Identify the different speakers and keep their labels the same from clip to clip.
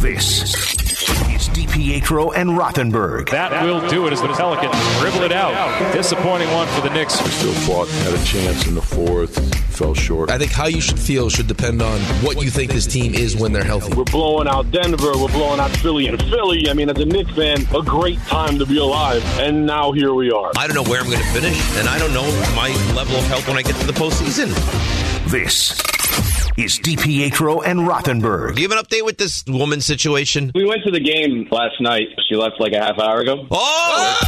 Speaker 1: This is DiPietro and Rothenberg.
Speaker 2: That will do it as the Pelicans dribble it out. Disappointing one for the Knicks.
Speaker 3: Still fought, had a chance in the fourth, fell short.
Speaker 4: I think how you should feel should depend on what you think this team is when they're healthy.
Speaker 5: We're blowing out Denver. We're blowing out Philly. And Philly, I mean, as a Knicks fan, a great time to be alive. And now here we are.
Speaker 4: I don't know where I'm going to finish, and I don't know my level of health when I get to the postseason.
Speaker 1: This is DiPietro and
Speaker 4: Do
Speaker 1: Rothenberg.
Speaker 4: you have an update with this woman situation?
Speaker 6: We went to the game last night. She left like a half hour ago.
Speaker 4: Oh!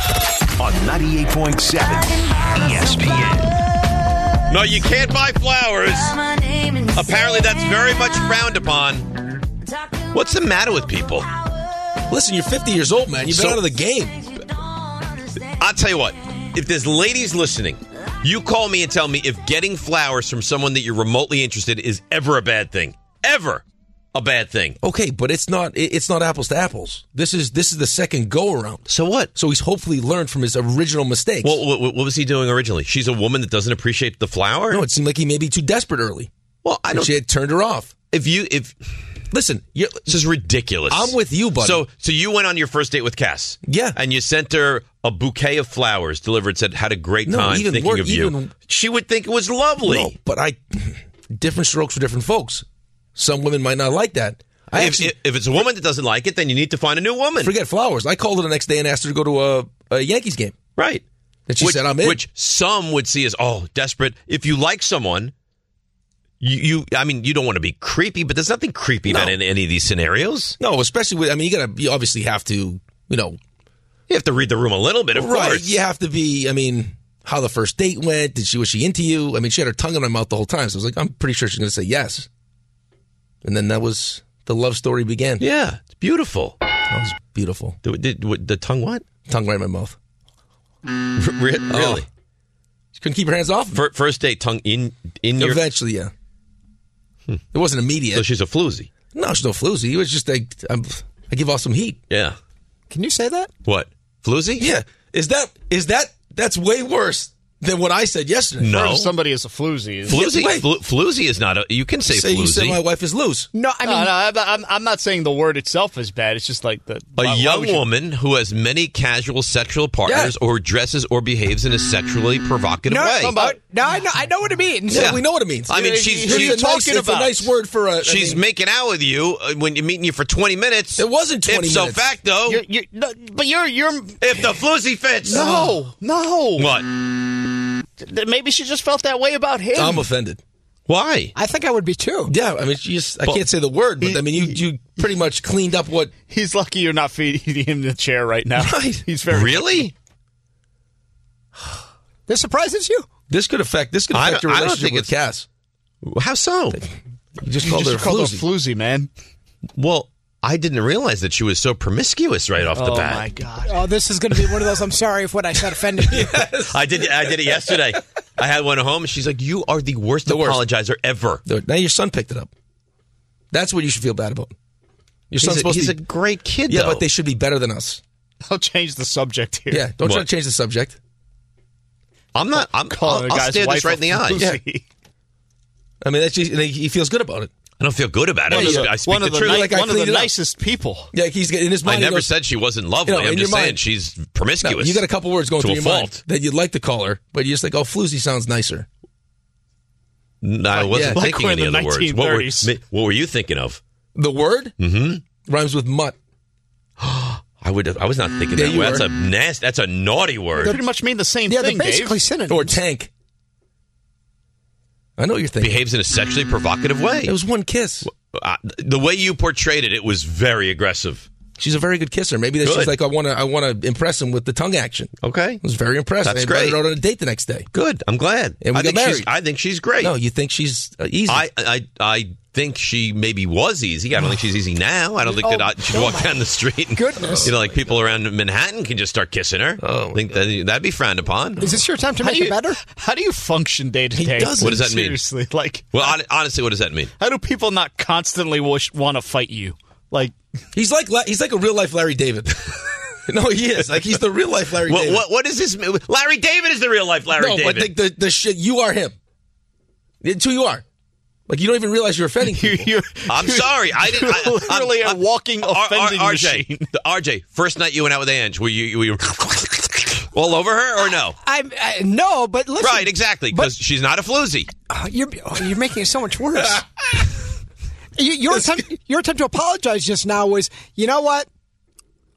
Speaker 1: on 98.7 E ESPN.
Speaker 4: No, you can't buy flowers. Apparently, that's very much frowned upon. What's the matter with people?
Speaker 7: Listen, you're 50 years old, man. You've been
Speaker 4: So-
Speaker 7: out of the game.
Speaker 4: I'll tell you what. If there's ladies listening, you call me and tell me if getting flowers from someone that you're remotely interested is ever a bad thing. Ever a bad thing.
Speaker 7: Okay, but it's not it- it's not apples to apples. This is this is the second go around.
Speaker 4: So what?
Speaker 7: So he's hopefully learned from his original mistakes.
Speaker 4: Well, what, what was he doing originally? She's a woman that doesn't appreciate the flower.
Speaker 7: no, it seemed like he may be too desperate early.
Speaker 4: well, I
Speaker 7: And
Speaker 4: don't.
Speaker 7: she had turned her off.
Speaker 4: If you, if
Speaker 7: Listen, you're,
Speaker 4: this is ridiculous.
Speaker 7: I'm with you, buddy.
Speaker 4: So, so you went on your first date with Cass.
Speaker 7: Yeah.
Speaker 4: and you sent her a bouquet of flowers delivered. Said had a great
Speaker 7: No,
Speaker 4: time
Speaker 7: even
Speaker 4: thinking
Speaker 7: wor-
Speaker 4: of you.
Speaker 7: even-
Speaker 4: she would think it was lovely.
Speaker 7: no, but I different strokes for different folks. Some women might not like that. I
Speaker 4: if,
Speaker 7: actually
Speaker 4: if, if it's a woman that doesn't like it, then you need to find a new woman.
Speaker 7: forget flowers. I called her the next day and asked her to go to a, a Yankees game,
Speaker 4: right.
Speaker 7: and she
Speaker 4: which,
Speaker 7: said, "I'm in."
Speaker 4: Which some would see as oh, desperate. If you like someone. You, you, I mean, you don't want to be creepy, but there's nothing creepy about in any of these scenarios.
Speaker 7: no, especially with I mean, you gotta you obviously have to you know
Speaker 4: You have to read the room a little bit, of
Speaker 7: right.
Speaker 4: course.
Speaker 7: You have to be. I mean, how the first date went? Did she was she into you? I mean, she had her tongue in my mouth the whole time. So I was like, I'm pretty sure she's going to say yes. And then that was the love story began.
Speaker 4: Yeah, it's beautiful.
Speaker 7: That was beautiful.
Speaker 4: The, the, what- the tongue what?
Speaker 7: Tongue right in my mouth. Oh.
Speaker 4: Re- really?
Speaker 7: She couldn't keep her hands off. me.
Speaker 4: Fir- first date, tongue in in your. Hmm.
Speaker 7: Eventually, yeah. It wasn't
Speaker 4: So
Speaker 7: immediate.
Speaker 4: she's a floozy.
Speaker 7: no, she's no floozy. It was just like I'm, I give off some heat.
Speaker 4: Yeah.
Speaker 7: Can you say that?
Speaker 4: What? Floozy?
Speaker 7: Yeah. Is that is that that's way worse than what I said yesterday?
Speaker 8: Or
Speaker 4: No.
Speaker 8: if somebody is a floozy. is-
Speaker 4: Floozy.
Speaker 7: Wait.
Speaker 4: flu- floozy is not a. You can say,
Speaker 7: Say you said
Speaker 4: floozy.
Speaker 7: my wife is loose.
Speaker 8: no, I mean, no, I'm, I'm, I'm not saying the word itself is bad. It's just like
Speaker 4: a
Speaker 8: the why- why
Speaker 4: young
Speaker 8: would you-
Speaker 4: woman who has many casual sexual partners or dresses or behaves in a sexually provocative way.
Speaker 8: somebody-
Speaker 9: No, I know, I know what it means.
Speaker 7: So
Speaker 4: Yeah.
Speaker 7: we know what it means.
Speaker 4: I mean,
Speaker 7: It's
Speaker 4: she's-
Speaker 7: a
Speaker 4: she's
Speaker 7: nice-
Speaker 8: talking
Speaker 7: it's a
Speaker 8: about-
Speaker 7: nice word for a. I
Speaker 4: She's
Speaker 7: mean-
Speaker 4: making out with you uh, when you're meeting you for 20 minutes.
Speaker 7: It wasn't 20
Speaker 4: Ipso
Speaker 7: minutes.
Speaker 4: facto,
Speaker 8: You're, you're, no, but you're you're
Speaker 4: if the floozy fits.
Speaker 8: no no.
Speaker 4: What?
Speaker 8: Th- Maybe she just felt that way about him.
Speaker 7: I'm offended.
Speaker 4: Why?
Speaker 9: I think I would be too.
Speaker 7: Yeah, I mean, you just, I can't say the word, but I mean, you you pretty much cleaned up what.
Speaker 8: He's lucky you're not feeding him the chair right now.
Speaker 7: Right.
Speaker 8: He's very
Speaker 4: Really?
Speaker 9: This surprises you?
Speaker 7: This could affect this could
Speaker 4: I
Speaker 7: affect
Speaker 4: don't-
Speaker 7: your
Speaker 4: I don't
Speaker 7: relationship
Speaker 4: think
Speaker 7: with Cass.
Speaker 4: How so?
Speaker 7: You just
Speaker 8: You
Speaker 7: called her
Speaker 8: just
Speaker 7: a
Speaker 8: called her
Speaker 7: floozy.
Speaker 8: floozy, man.
Speaker 4: Well, I didn't realize that she was so promiscuous right off the
Speaker 8: oh
Speaker 4: bat.
Speaker 8: my god.
Speaker 9: Oh, this is going to be one of those. I'm sorry if what I said offended you.
Speaker 4: I did. I did it yesterday. I had one at home. and She's like, "You are the worst
Speaker 7: The worst.
Speaker 4: apologizer ever."
Speaker 7: Dude, Now your son picked it up. That's what you should feel bad about. Your son's
Speaker 4: He's, a,
Speaker 7: supposed
Speaker 4: he's
Speaker 7: to.
Speaker 4: a
Speaker 7: Be,
Speaker 4: great kid,
Speaker 7: yeah,
Speaker 4: though.
Speaker 7: but they should be better than us.
Speaker 8: I'll change the subject here.
Speaker 7: Yeah, don't try
Speaker 4: What?
Speaker 7: to change the subject.
Speaker 4: I'm not. I'm.
Speaker 8: Calling
Speaker 4: I'll,
Speaker 8: a
Speaker 4: I'll
Speaker 8: guy's
Speaker 4: stare
Speaker 8: wife
Speaker 4: this right in the
Speaker 8: a
Speaker 4: eye.
Speaker 8: floozy.
Speaker 7: I mean, that's just, and he- he feels good about it.
Speaker 4: I don't feel good about it.
Speaker 8: One of the,
Speaker 4: I speak
Speaker 8: one
Speaker 4: the
Speaker 8: of the,
Speaker 4: truth.
Speaker 8: ni-
Speaker 7: Like I
Speaker 8: one of
Speaker 7: cleaned
Speaker 8: the
Speaker 7: it up.
Speaker 8: nicest people.
Speaker 7: Yeah, he's in his
Speaker 4: I
Speaker 7: mind. he
Speaker 4: never
Speaker 7: goes,
Speaker 4: said she wasn't lovely.
Speaker 7: You know,
Speaker 4: I'm
Speaker 7: in
Speaker 4: just
Speaker 7: your
Speaker 4: saying
Speaker 7: mind-
Speaker 4: she's
Speaker 7: No,
Speaker 4: promiscuous.
Speaker 7: you got a couple words going
Speaker 4: To
Speaker 7: through
Speaker 4: a
Speaker 7: your mind
Speaker 4: fault.
Speaker 7: that you'd like to call her, but you're just like, oh, floozy sounds nicer.
Speaker 4: No, I wasn't
Speaker 7: Like
Speaker 4: thinking
Speaker 8: we're
Speaker 4: any
Speaker 8: in the
Speaker 4: other words. What were,
Speaker 8: 1930s.
Speaker 4: me- what were you thinking of?
Speaker 7: The word mm-hmm. rhymes with mutt.
Speaker 4: I would. I was not thinking
Speaker 7: There
Speaker 4: that.
Speaker 7: you
Speaker 4: way. That's
Speaker 7: were.
Speaker 4: a nasty. That's a naughty
Speaker 8: They
Speaker 4: word.
Speaker 8: pretty much mean the same
Speaker 9: Yeah, they're
Speaker 8: thing, Dave.
Speaker 9: basically synonyms.
Speaker 7: or tank. I know what you're thinking.
Speaker 4: Behaves in a sexually provocative way.
Speaker 7: It was one kiss.
Speaker 4: Uh, the way you portrayed it, it was very aggressive.
Speaker 7: She's a very good kisser. Maybe that she's
Speaker 4: Good.
Speaker 7: like, I want to, I want to impress him with the tongue action. I
Speaker 4: Okay.
Speaker 7: was very impressed.
Speaker 4: That's
Speaker 7: I invited
Speaker 4: great.
Speaker 7: her out on a date the next day.
Speaker 4: Good. I'm glad.
Speaker 7: And we
Speaker 4: I
Speaker 7: got
Speaker 4: think she's
Speaker 7: married.
Speaker 4: I think she's great.
Speaker 7: No, you think she's uh, easy?
Speaker 4: I, I I think she maybe was easy. I don't think she's easy now. I don't
Speaker 8: Oh,
Speaker 4: think that I, she'd walk down the street. And,
Speaker 9: goodness.
Speaker 4: You know, like people around in Manhattan can just start kissing her. Oh, I think that that'd be frowned upon.
Speaker 9: Is this your time to
Speaker 8: How
Speaker 9: make
Speaker 8: do
Speaker 9: it
Speaker 8: you
Speaker 9: better?
Speaker 8: How do you function day to
Speaker 7: He
Speaker 8: day?
Speaker 7: doesn't. What
Speaker 4: does that mean?
Speaker 8: Seriously, like
Speaker 4: Well, hon- honestly, what does that mean?
Speaker 8: how do people not constantly wish, want to fight you? Like
Speaker 7: he's like, La- he's like a real life Larry David. no, Oh, he is. Like he's the real life Larry
Speaker 4: What,
Speaker 7: David.
Speaker 4: what what does this mean? Larry David is the real life Larry
Speaker 7: no,
Speaker 4: David.
Speaker 7: but the, the the shit you are him. It's who you are. Like you don't even realize you're offending
Speaker 8: you,
Speaker 7: people.
Speaker 8: you
Speaker 4: I'm sorry. I didn't. I,
Speaker 8: You're literally
Speaker 4: I'm,
Speaker 8: a
Speaker 4: I'm-
Speaker 8: walking
Speaker 4: R- R-
Speaker 8: offending
Speaker 4: RJ,
Speaker 8: machine.
Speaker 4: The- RJ, first night you went out with Ange, were you, were you all over her or no?
Speaker 9: I'm I, no, but listen.
Speaker 4: Right, exactly, because
Speaker 9: But-
Speaker 4: she's not a floozy.
Speaker 9: Oh, you're oh, you're making it so much worse. You- your attempt, your attempt to apologize just now was, you know what?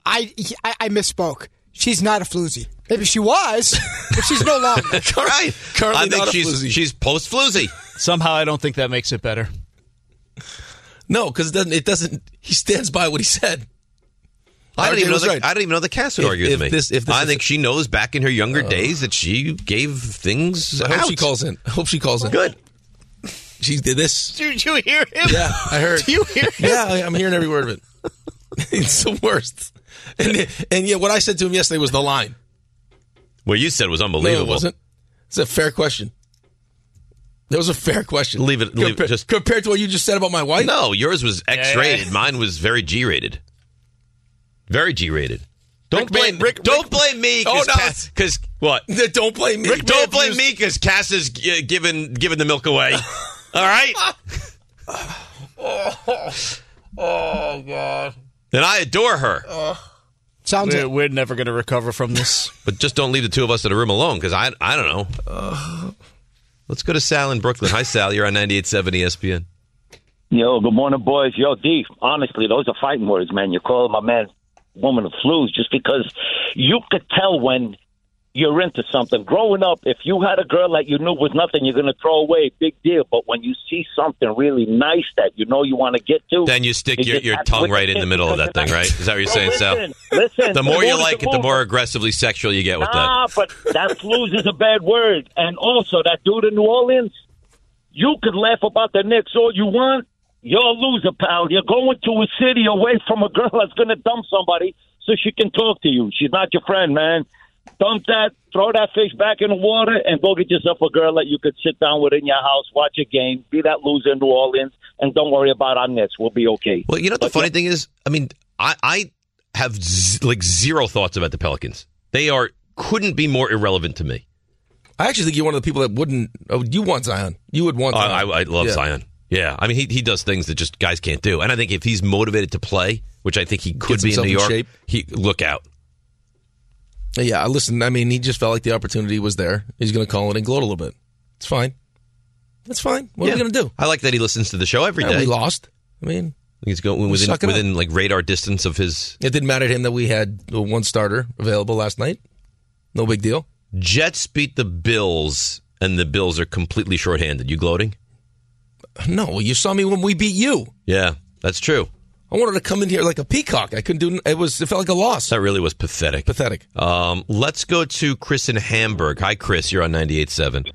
Speaker 9: I I, I misspoke. She's not a floozy. Maybe she was, but she's no longer.
Speaker 4: All right,
Speaker 7: Currently
Speaker 4: I think
Speaker 7: not a
Speaker 4: she's
Speaker 7: floozy.
Speaker 4: she's post floozy.
Speaker 8: somehow I don't think that makes it better.
Speaker 7: No, because it doesn't, it doesn't. He stands by what he said.
Speaker 4: I don't
Speaker 7: Larry
Speaker 4: even know.
Speaker 7: David's
Speaker 4: The,
Speaker 7: right.
Speaker 4: I don't even know the cast would
Speaker 7: If-
Speaker 4: argue with
Speaker 7: if
Speaker 4: me.
Speaker 7: this- if this
Speaker 4: I
Speaker 7: is- Uh.
Speaker 4: think she knows back in her younger days that she gave things
Speaker 7: I hope
Speaker 4: out.
Speaker 7: she calls in. I hope she calls in.
Speaker 4: Good.
Speaker 7: She did this.
Speaker 8: Did you hear him?
Speaker 7: Yeah, I heard.
Speaker 8: Do you hear him?
Speaker 7: Yeah, I- I'm hearing every word of it. It's the worst. And and yeah, what I said to him yesterday was the line.
Speaker 4: What you said was
Speaker 7: No,
Speaker 4: unbelievable.
Speaker 7: it wasn't. It's a fair question. That was a fair question.
Speaker 4: Leave it- leave it,
Speaker 7: Compa-
Speaker 4: just-
Speaker 7: compared to what you just said about my wife.
Speaker 4: No, yours was X-rated. Mine was very G-rated. Very G-rated. Don't blame
Speaker 7: Rick-
Speaker 4: Don't blame me.
Speaker 7: Oh,
Speaker 4: Cause
Speaker 7: no.
Speaker 4: Because what?
Speaker 7: Don't blame me.
Speaker 4: Don't blame me because Cass is uh, giving giving the milk away. All right. oh, God. And I adore her,
Speaker 9: Sounds
Speaker 8: We're, we're never going to recover from this.
Speaker 4: but just don't leave the two of us in a room alone because I I don't know. Let's go to Sal in Brooklyn. Hi, Sal. You're on 98.7 ESPN.
Speaker 6: Yo, good morning, boys. Yo, D, honestly, those are fighting words, man. You're calling my man woman a flues just because you could tell when you're into something. Growing up, if you had a girl that you knew was nothing, you're going to throw away, big deal. But when you see something really nice that you know you want to get to,
Speaker 4: Then you stick your-
Speaker 6: just
Speaker 4: your
Speaker 6: have to
Speaker 4: tongue
Speaker 6: with
Speaker 4: right in the
Speaker 6: kiss
Speaker 4: middle of that
Speaker 6: because
Speaker 4: thing, right? Is that what you're saying, Sal?
Speaker 6: listen, Listen,
Speaker 4: Oh, The more you
Speaker 6: move is
Speaker 4: like it, the
Speaker 6: move.
Speaker 4: more aggressively sexual you get with that.
Speaker 6: Nah, but that flues is a bad word. And also, that dude in New Orleans, you could laugh about the Knicks all you want. You're a loser, pal. You're going to a city away from a girl that's going to dump somebody so she can talk to you. She's not your friend, man. Dump that, throw that fish back in the water, and go get yourself a girl that you could sit down with in your house, watch a game, be that loser in New Orleans, and don't worry about our Knicks. We'll be okay.
Speaker 4: Well, you know what the funny thing is? I mean, I, I have z- like zero thoughts about the Pelicans. They are couldn't be more irrelevant to me.
Speaker 7: I actually think you're one of the people that wouldn't. Oh, you want Zion? You would want. Zion.
Speaker 4: I, Oh, I, I love
Speaker 7: Yeah.
Speaker 4: Zion. Yeah, I mean, he he does things that just guys can't do. And I think if he's motivated to play, which I think he could
Speaker 7: Gets
Speaker 4: be in
Speaker 7: himself
Speaker 4: New
Speaker 7: in
Speaker 4: York,
Speaker 7: shape.
Speaker 4: he look out.
Speaker 7: Yeah, listen. I mean, he just felt like the opportunity was there. He's going to call it and gloat a little bit. It's fine. That's fine. What are we
Speaker 4: Yeah.
Speaker 7: going to do?
Speaker 4: I like that he listens to the show every
Speaker 7: Yeah,
Speaker 4: day.
Speaker 7: we lost. I mean,
Speaker 4: He's going within
Speaker 7: suck it up.
Speaker 4: within like radar distance of his
Speaker 7: it didn't matter to him that we had uh, one starter available last night. No big deal.
Speaker 4: Jets beat the Bills, and the Bills are completely shorthanded. You gloating?
Speaker 7: No, well, you saw me when we beat you.
Speaker 4: Yeah, that's true.
Speaker 7: I wanted to come in here like a peacock. I couldn't do. It was. It felt like a loss.
Speaker 4: That really was pathetic.
Speaker 7: Pathetic.
Speaker 4: Um, let's go to Chris in Hamburg. Hi, Chris. You're on 98.7.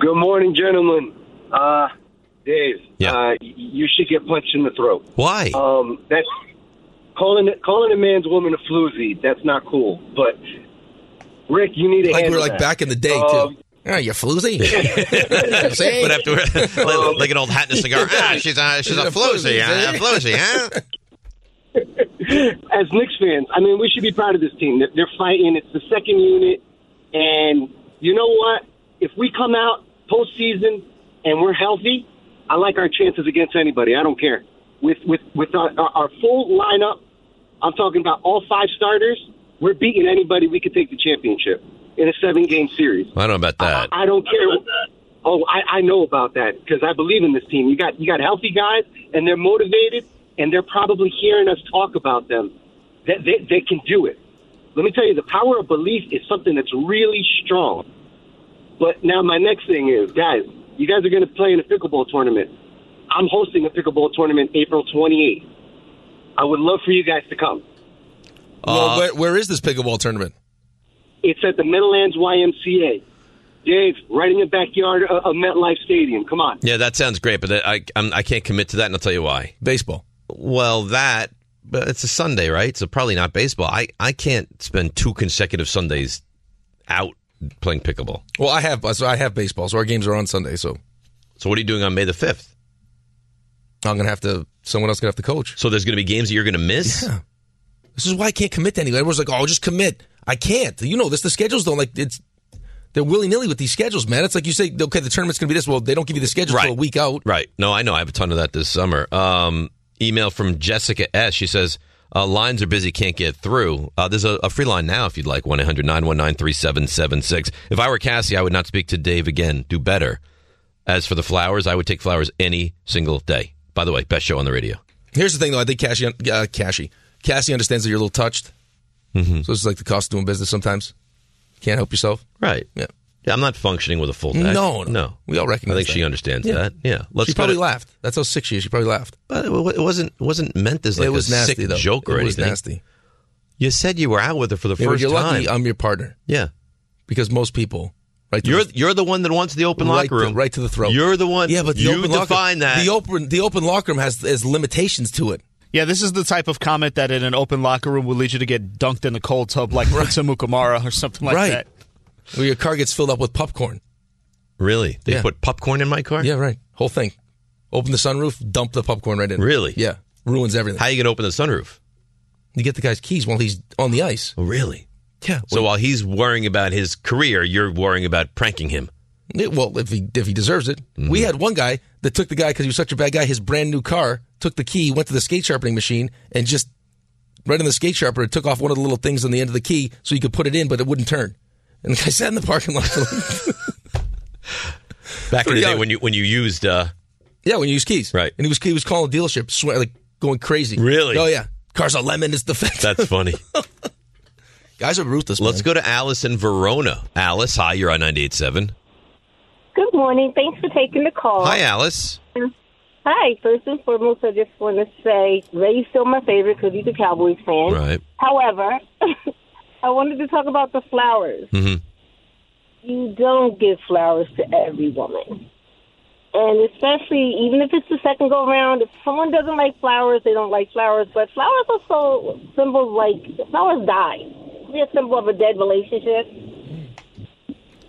Speaker 10: Good morning, gentlemen. Uh, Dave,
Speaker 4: Yeah.
Speaker 10: uh, y- you should get punched in the throat.
Speaker 4: Why?
Speaker 10: Um, that's calling calling a man's woman a floozy. That's not cool. But Rick, you need to
Speaker 7: Like we were
Speaker 10: handle
Speaker 7: like
Speaker 10: that.
Speaker 7: back in the day
Speaker 10: Um,
Speaker 7: too. Ah, you floozy. Say,
Speaker 4: but after like, like an old hat and a cigar. Ah, she's a she's a
Speaker 7: a floozy,
Speaker 4: floozy, huh?
Speaker 7: eh?
Speaker 4: floozy, huh?
Speaker 10: As Knicks fans, I mean, we should be proud of this team. They're, they're fighting. It's the second unit, and you know what? If we come out postseason and we're healthy, I like our chances against anybody. I don't care. With with with our, our, our full lineup, I'm talking about all five starters. We're beating anybody. We could take the championship in a seven game series.
Speaker 4: I don't know about that.
Speaker 10: I, I don't care. Oh, I, I know about that because I believe in this team. You got you got healthy guys, and they're motivated, and they're probably hearing us talk about them. That they, they can do it. Let me tell you, the power of belief is something that's really strong. But now my next thing is, guys, you guys are going to play in a pickleball tournament. I'm hosting a pickleball tournament April 28th. I would love for you guys to come.
Speaker 4: Uh,
Speaker 7: well, where, where is this pickleball tournament?
Speaker 10: It's at the Meadowlands YMCA. Dave, right in the backyard of of MetLife Stadium. Come on.
Speaker 4: Yeah, that sounds great, but I I'm, I can't commit to that, and I'll tell you why.
Speaker 7: Baseball.
Speaker 4: Well, that, but it's a Sunday, right? So probably not baseball. I I can't spend two consecutive Sundays out playing pickleball.
Speaker 7: Well, I have so I have baseball, so our games are on Sunday. So,
Speaker 4: so what are you doing on May the fifth?
Speaker 7: I'm gonna have to. Someone else gonna have to coach.
Speaker 4: So there's gonna be games that you're gonna miss.
Speaker 7: Yeah. This is why I can't commit to anything. Everyone's like, "Oh, just commit." I can't. You know this. The schedules don't like it's. They're willy nilly with these schedules, man. It's like you say, okay, the tournament's gonna be this. Well, they don't give you the schedule for a week out.
Speaker 4: Right. No, I know. I have a ton of that this summer. Um, email from Jessica S. She says, uh, lines are busy, can't get through. Uh, there's a, a free line now if you'd like 1 800 919 3776. If I were Cassie, I would not speak to Dave again. Do better. As for the flowers, I would take flowers any single day. By the way, best show on the radio.
Speaker 7: Here's the thing, though. I think Cassie, uh, Cassie, Cassie understands that you're a little touched.
Speaker 4: Mm-hmm.
Speaker 7: So it's like the cost of doing business sometimes. Can't help yourself.
Speaker 4: Right.
Speaker 7: Yeah.
Speaker 4: Yeah, I'm not functioning with a full deck.
Speaker 7: No, no.
Speaker 4: We all
Speaker 7: recognize
Speaker 4: I think she
Speaker 7: that.
Speaker 4: understands
Speaker 7: Yeah.
Speaker 4: that. Yeah.
Speaker 7: she probably
Speaker 4: go to-
Speaker 7: laughed. That's how sick she is. She probably laughed.
Speaker 4: But it wa- it wasn't wasn't meant as like
Speaker 7: it was
Speaker 4: a
Speaker 7: nasty,
Speaker 4: sick
Speaker 7: though.
Speaker 4: joke or
Speaker 7: it was
Speaker 4: anything.
Speaker 7: nasty.
Speaker 4: You said you were out with her for the
Speaker 7: Yeah, but
Speaker 4: first
Speaker 7: you're
Speaker 4: time.
Speaker 7: lucky I'm your partner
Speaker 4: yeah.
Speaker 7: because most people, right? to
Speaker 4: You're
Speaker 7: the,
Speaker 4: you're the one that wants the open
Speaker 7: right
Speaker 4: locker
Speaker 7: to-
Speaker 4: room.
Speaker 7: right to the throat.
Speaker 4: You're the one.
Speaker 7: yeah, but the
Speaker 4: you
Speaker 7: open
Speaker 4: define
Speaker 7: locker,
Speaker 4: that.
Speaker 7: The open the open locker room has has limitations to it.
Speaker 8: Yeah, this is the type of comment that in an open locker room would lead you to get dunked in the cold tub like Ritsa Mukamara or something like
Speaker 7: Right.
Speaker 8: that.
Speaker 7: Where your car gets filled up with popcorn.
Speaker 4: really? They
Speaker 7: Yeah.
Speaker 4: put popcorn in my car?
Speaker 7: Yeah, right. Whole thing. Open the sunroof, dump the popcorn right in.
Speaker 4: Really?
Speaker 7: Yeah. Ruins everything.
Speaker 4: How you gonna open the sunroof?
Speaker 7: you get the guy's keys while he's on the ice.
Speaker 4: Oh, really?
Speaker 7: Yeah.
Speaker 4: So while he's worrying about his career, you're worrying about pranking him.
Speaker 7: Yeah, well, if he if he deserves it, we had one guy that took the guy because he was such a bad guy. His brand new car took the key, went to the skate sharpening machine, and just right in the skate sharpener took off one of the little things on the end of the key so you could put it in, but it wouldn't turn. And the guy sat in the parking lot. for like-
Speaker 4: Back in the
Speaker 7: Yeah.
Speaker 4: day when you when you used uh,
Speaker 7: yeah, when you use keys,
Speaker 4: Right.
Speaker 7: And he was he was calling the dealership, swear, like going crazy.
Speaker 4: Really?
Speaker 7: Oh yeah, car's a lemon. It's defective.
Speaker 4: that's funny.
Speaker 7: Guys are ruthless.
Speaker 4: Let's
Speaker 7: man.
Speaker 4: go to Alice in Verona. Alice, hi, you're on 98.7.
Speaker 11: Good morning. Thanks for taking the call.
Speaker 4: Hi, Alice.
Speaker 11: Hi. First and foremost, I just want to say Ray's still my favorite because he's a Cowboys fan.
Speaker 4: Right.
Speaker 11: However, I wanted to talk about the flowers.
Speaker 12: Mm-hmm.
Speaker 4: Mhm.
Speaker 11: You don't give flowers to every woman. And especially, even if it's the second go round, if someone doesn't like flowers, they don't like flowers. But flowers are so symbols like flowers die. They're a symbol of a dead relationship.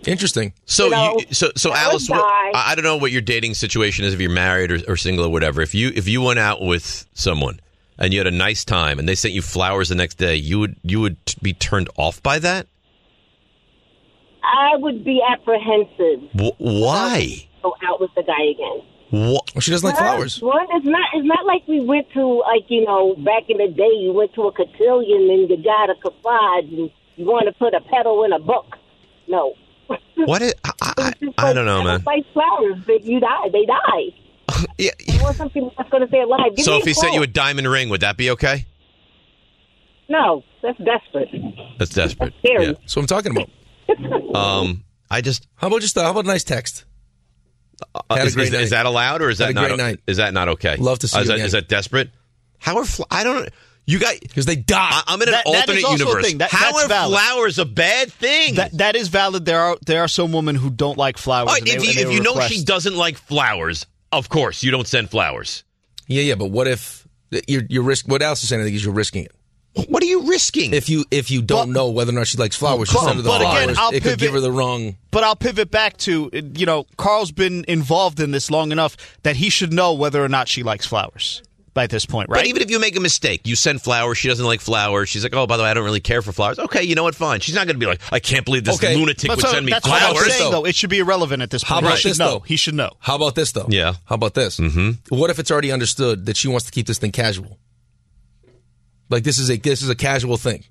Speaker 7: Interesting.
Speaker 4: So you,
Speaker 11: You know,
Speaker 4: so so
Speaker 11: I
Speaker 4: Alice,
Speaker 11: would
Speaker 4: what-
Speaker 11: die.
Speaker 4: I I don't know what your dating situation is if you're married or, or single or whatever. If you if you went out with someone and you had a nice time and they sent you flowers the next day, you would you would t- be turned off by that?
Speaker 11: I would be apprehensive
Speaker 4: Wh- why?
Speaker 11: to go out with the guy again.
Speaker 4: Wha
Speaker 7: Well, she doesn't like flowers.
Speaker 11: Well, it's not. It's not like we went to like you know back in the day. You went to a cotillion and you got a corsage and you want to put a petal in a book. No,
Speaker 4: What? Is, I, I, I don't know, man.
Speaker 11: It's like flowers, but you die. They die.
Speaker 4: Yeah.
Speaker 11: I want something that's going to stay alive. Give
Speaker 4: So
Speaker 11: me
Speaker 4: if he sent you a
Speaker 11: flower.
Speaker 4: diamond ring, would that be okay?
Speaker 11: no, that's desperate.
Speaker 4: That's desperate.
Speaker 11: Scary.
Speaker 4: Yeah.
Speaker 7: That's what I'm talking about.
Speaker 4: Um. I just
Speaker 7: How about just uh, how about a nice text?
Speaker 4: uh,
Speaker 7: Had a
Speaker 4: is,
Speaker 7: great
Speaker 4: is that-
Speaker 7: night.
Speaker 4: is that allowed or is
Speaker 7: Had
Speaker 4: that
Speaker 7: a
Speaker 4: not
Speaker 7: great night.
Speaker 4: is that not okay?
Speaker 7: Love to see
Speaker 4: Uh, is
Speaker 7: you
Speaker 4: that,
Speaker 7: again.
Speaker 4: is that desperate? How are fl- I don't you got
Speaker 7: Because they die.
Speaker 4: I- I'm in an
Speaker 8: That- that
Speaker 4: alternate
Speaker 8: is also a
Speaker 4: universe.
Speaker 8: thing. That-
Speaker 4: How
Speaker 8: that's
Speaker 4: are
Speaker 8: valid.
Speaker 4: flowers a bad thing?
Speaker 8: That that is valid. There are there are some women who don't like flowers.
Speaker 4: All right,
Speaker 8: and they-
Speaker 4: if
Speaker 8: and
Speaker 4: you,
Speaker 8: they
Speaker 4: if you know
Speaker 8: request-
Speaker 4: she doesn't like flowers, of course you don't send flowers.
Speaker 7: yeah, yeah. But what if you're you're risk? What else is saying? I think is you're risking it.
Speaker 4: What are you risking?
Speaker 7: if you if you don't know whether or not she likes flowers,
Speaker 8: But-
Speaker 7: she sent her the
Speaker 8: but
Speaker 7: flowers.
Speaker 8: again, I'll
Speaker 7: it could give
Speaker 8: pivot-
Speaker 7: her the wrong.
Speaker 8: But I'll pivot back to you know Carl's been involved in this long enough that he should know whether or not she likes flowers by this point, right?
Speaker 4: But even if you make a mistake, you send flowers. She doesn't like flowers. She's like, oh, by the way, I don't really care for flowers. Okay, you know what? Fine. She's not going to be like, I can't believe this
Speaker 7: Okay,
Speaker 4: lunatic would
Speaker 8: what-
Speaker 4: send me
Speaker 8: that's what I'm
Speaker 4: flowers.
Speaker 8: saying, though. It should be irrelevant at this point.
Speaker 7: How
Speaker 8: he
Speaker 7: about
Speaker 8: should
Speaker 7: this
Speaker 8: know.
Speaker 7: though?
Speaker 8: He should know.
Speaker 7: How about this though?
Speaker 4: Yeah.
Speaker 7: How about this? Mm-hmm. What if it's already understood that she wants to keep this thing casual? Like this is a this is a casual thing.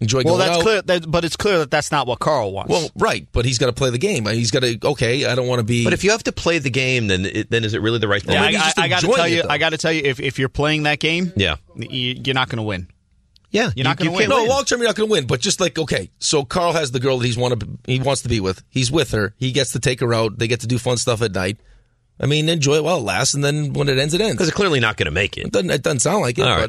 Speaker 7: Enjoy
Speaker 8: Well,
Speaker 7: going
Speaker 8: that's
Speaker 7: out.
Speaker 8: clear. That, but it's clear that that's not what Carl wants.
Speaker 7: Well, right, but he's got to play the game. He's got to okay. I don't want to be.
Speaker 4: But if you have to play the game, then it, then is it really the right thing?
Speaker 8: yeah,
Speaker 7: maybe
Speaker 8: I,
Speaker 7: he's
Speaker 8: I,
Speaker 7: just
Speaker 8: I gotta
Speaker 7: enjoying
Speaker 8: tell
Speaker 7: it,
Speaker 8: you,
Speaker 7: though.
Speaker 8: I gotta tell you, if if you're playing that game,
Speaker 4: yeah.
Speaker 8: you, you're not gonna win.
Speaker 4: Yeah.
Speaker 8: You're not
Speaker 4: You- you
Speaker 8: gonna win.
Speaker 4: can't
Speaker 7: no, long term you're not going to win. But just like okay, so Carl has the girl that he's want to he wants to be with. He's with her. He gets to take her out. They get to do fun stuff at night. I mean, enjoy it while it lasts, and then when it ends, it ends.
Speaker 4: Because they're clearly not going to make it.
Speaker 7: It doesn't, it doesn't sound like it.
Speaker 4: All
Speaker 7: but
Speaker 4: right.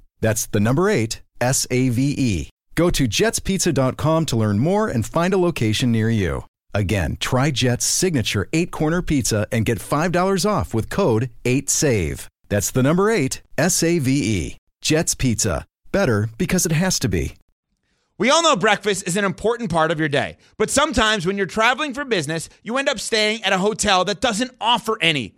Speaker 13: That's the number eight, S A V E. Go to jetspizza.com to learn more and find a location near you. Again, try Jet's signature eight corner pizza and get $5 off with code 8SAVE. That's the number eight, S A V E. Jet's Pizza. Better because it has to be.
Speaker 14: We all know breakfast is an important part of your day, but sometimes when you're traveling for business, you end up staying at a hotel that doesn't offer any.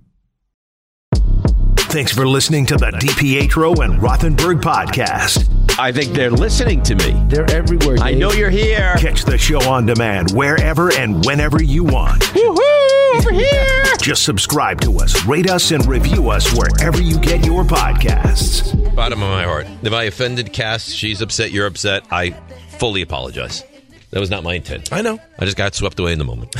Speaker 1: Thanks for listening to the DPetro and Rothenberg podcast. I think they're listening to me. They're everywhere.
Speaker 15: I Dave. know you're here.
Speaker 1: Catch the show on demand wherever and whenever you want.
Speaker 15: Woohoo! Over here!
Speaker 1: Just subscribe to us, rate us, and review us wherever you get your podcasts.
Speaker 4: Bottom of my heart. If I offended Cass, she's upset, you're upset. I fully apologize. That was not my intent. I know. I just got swept away in the moment.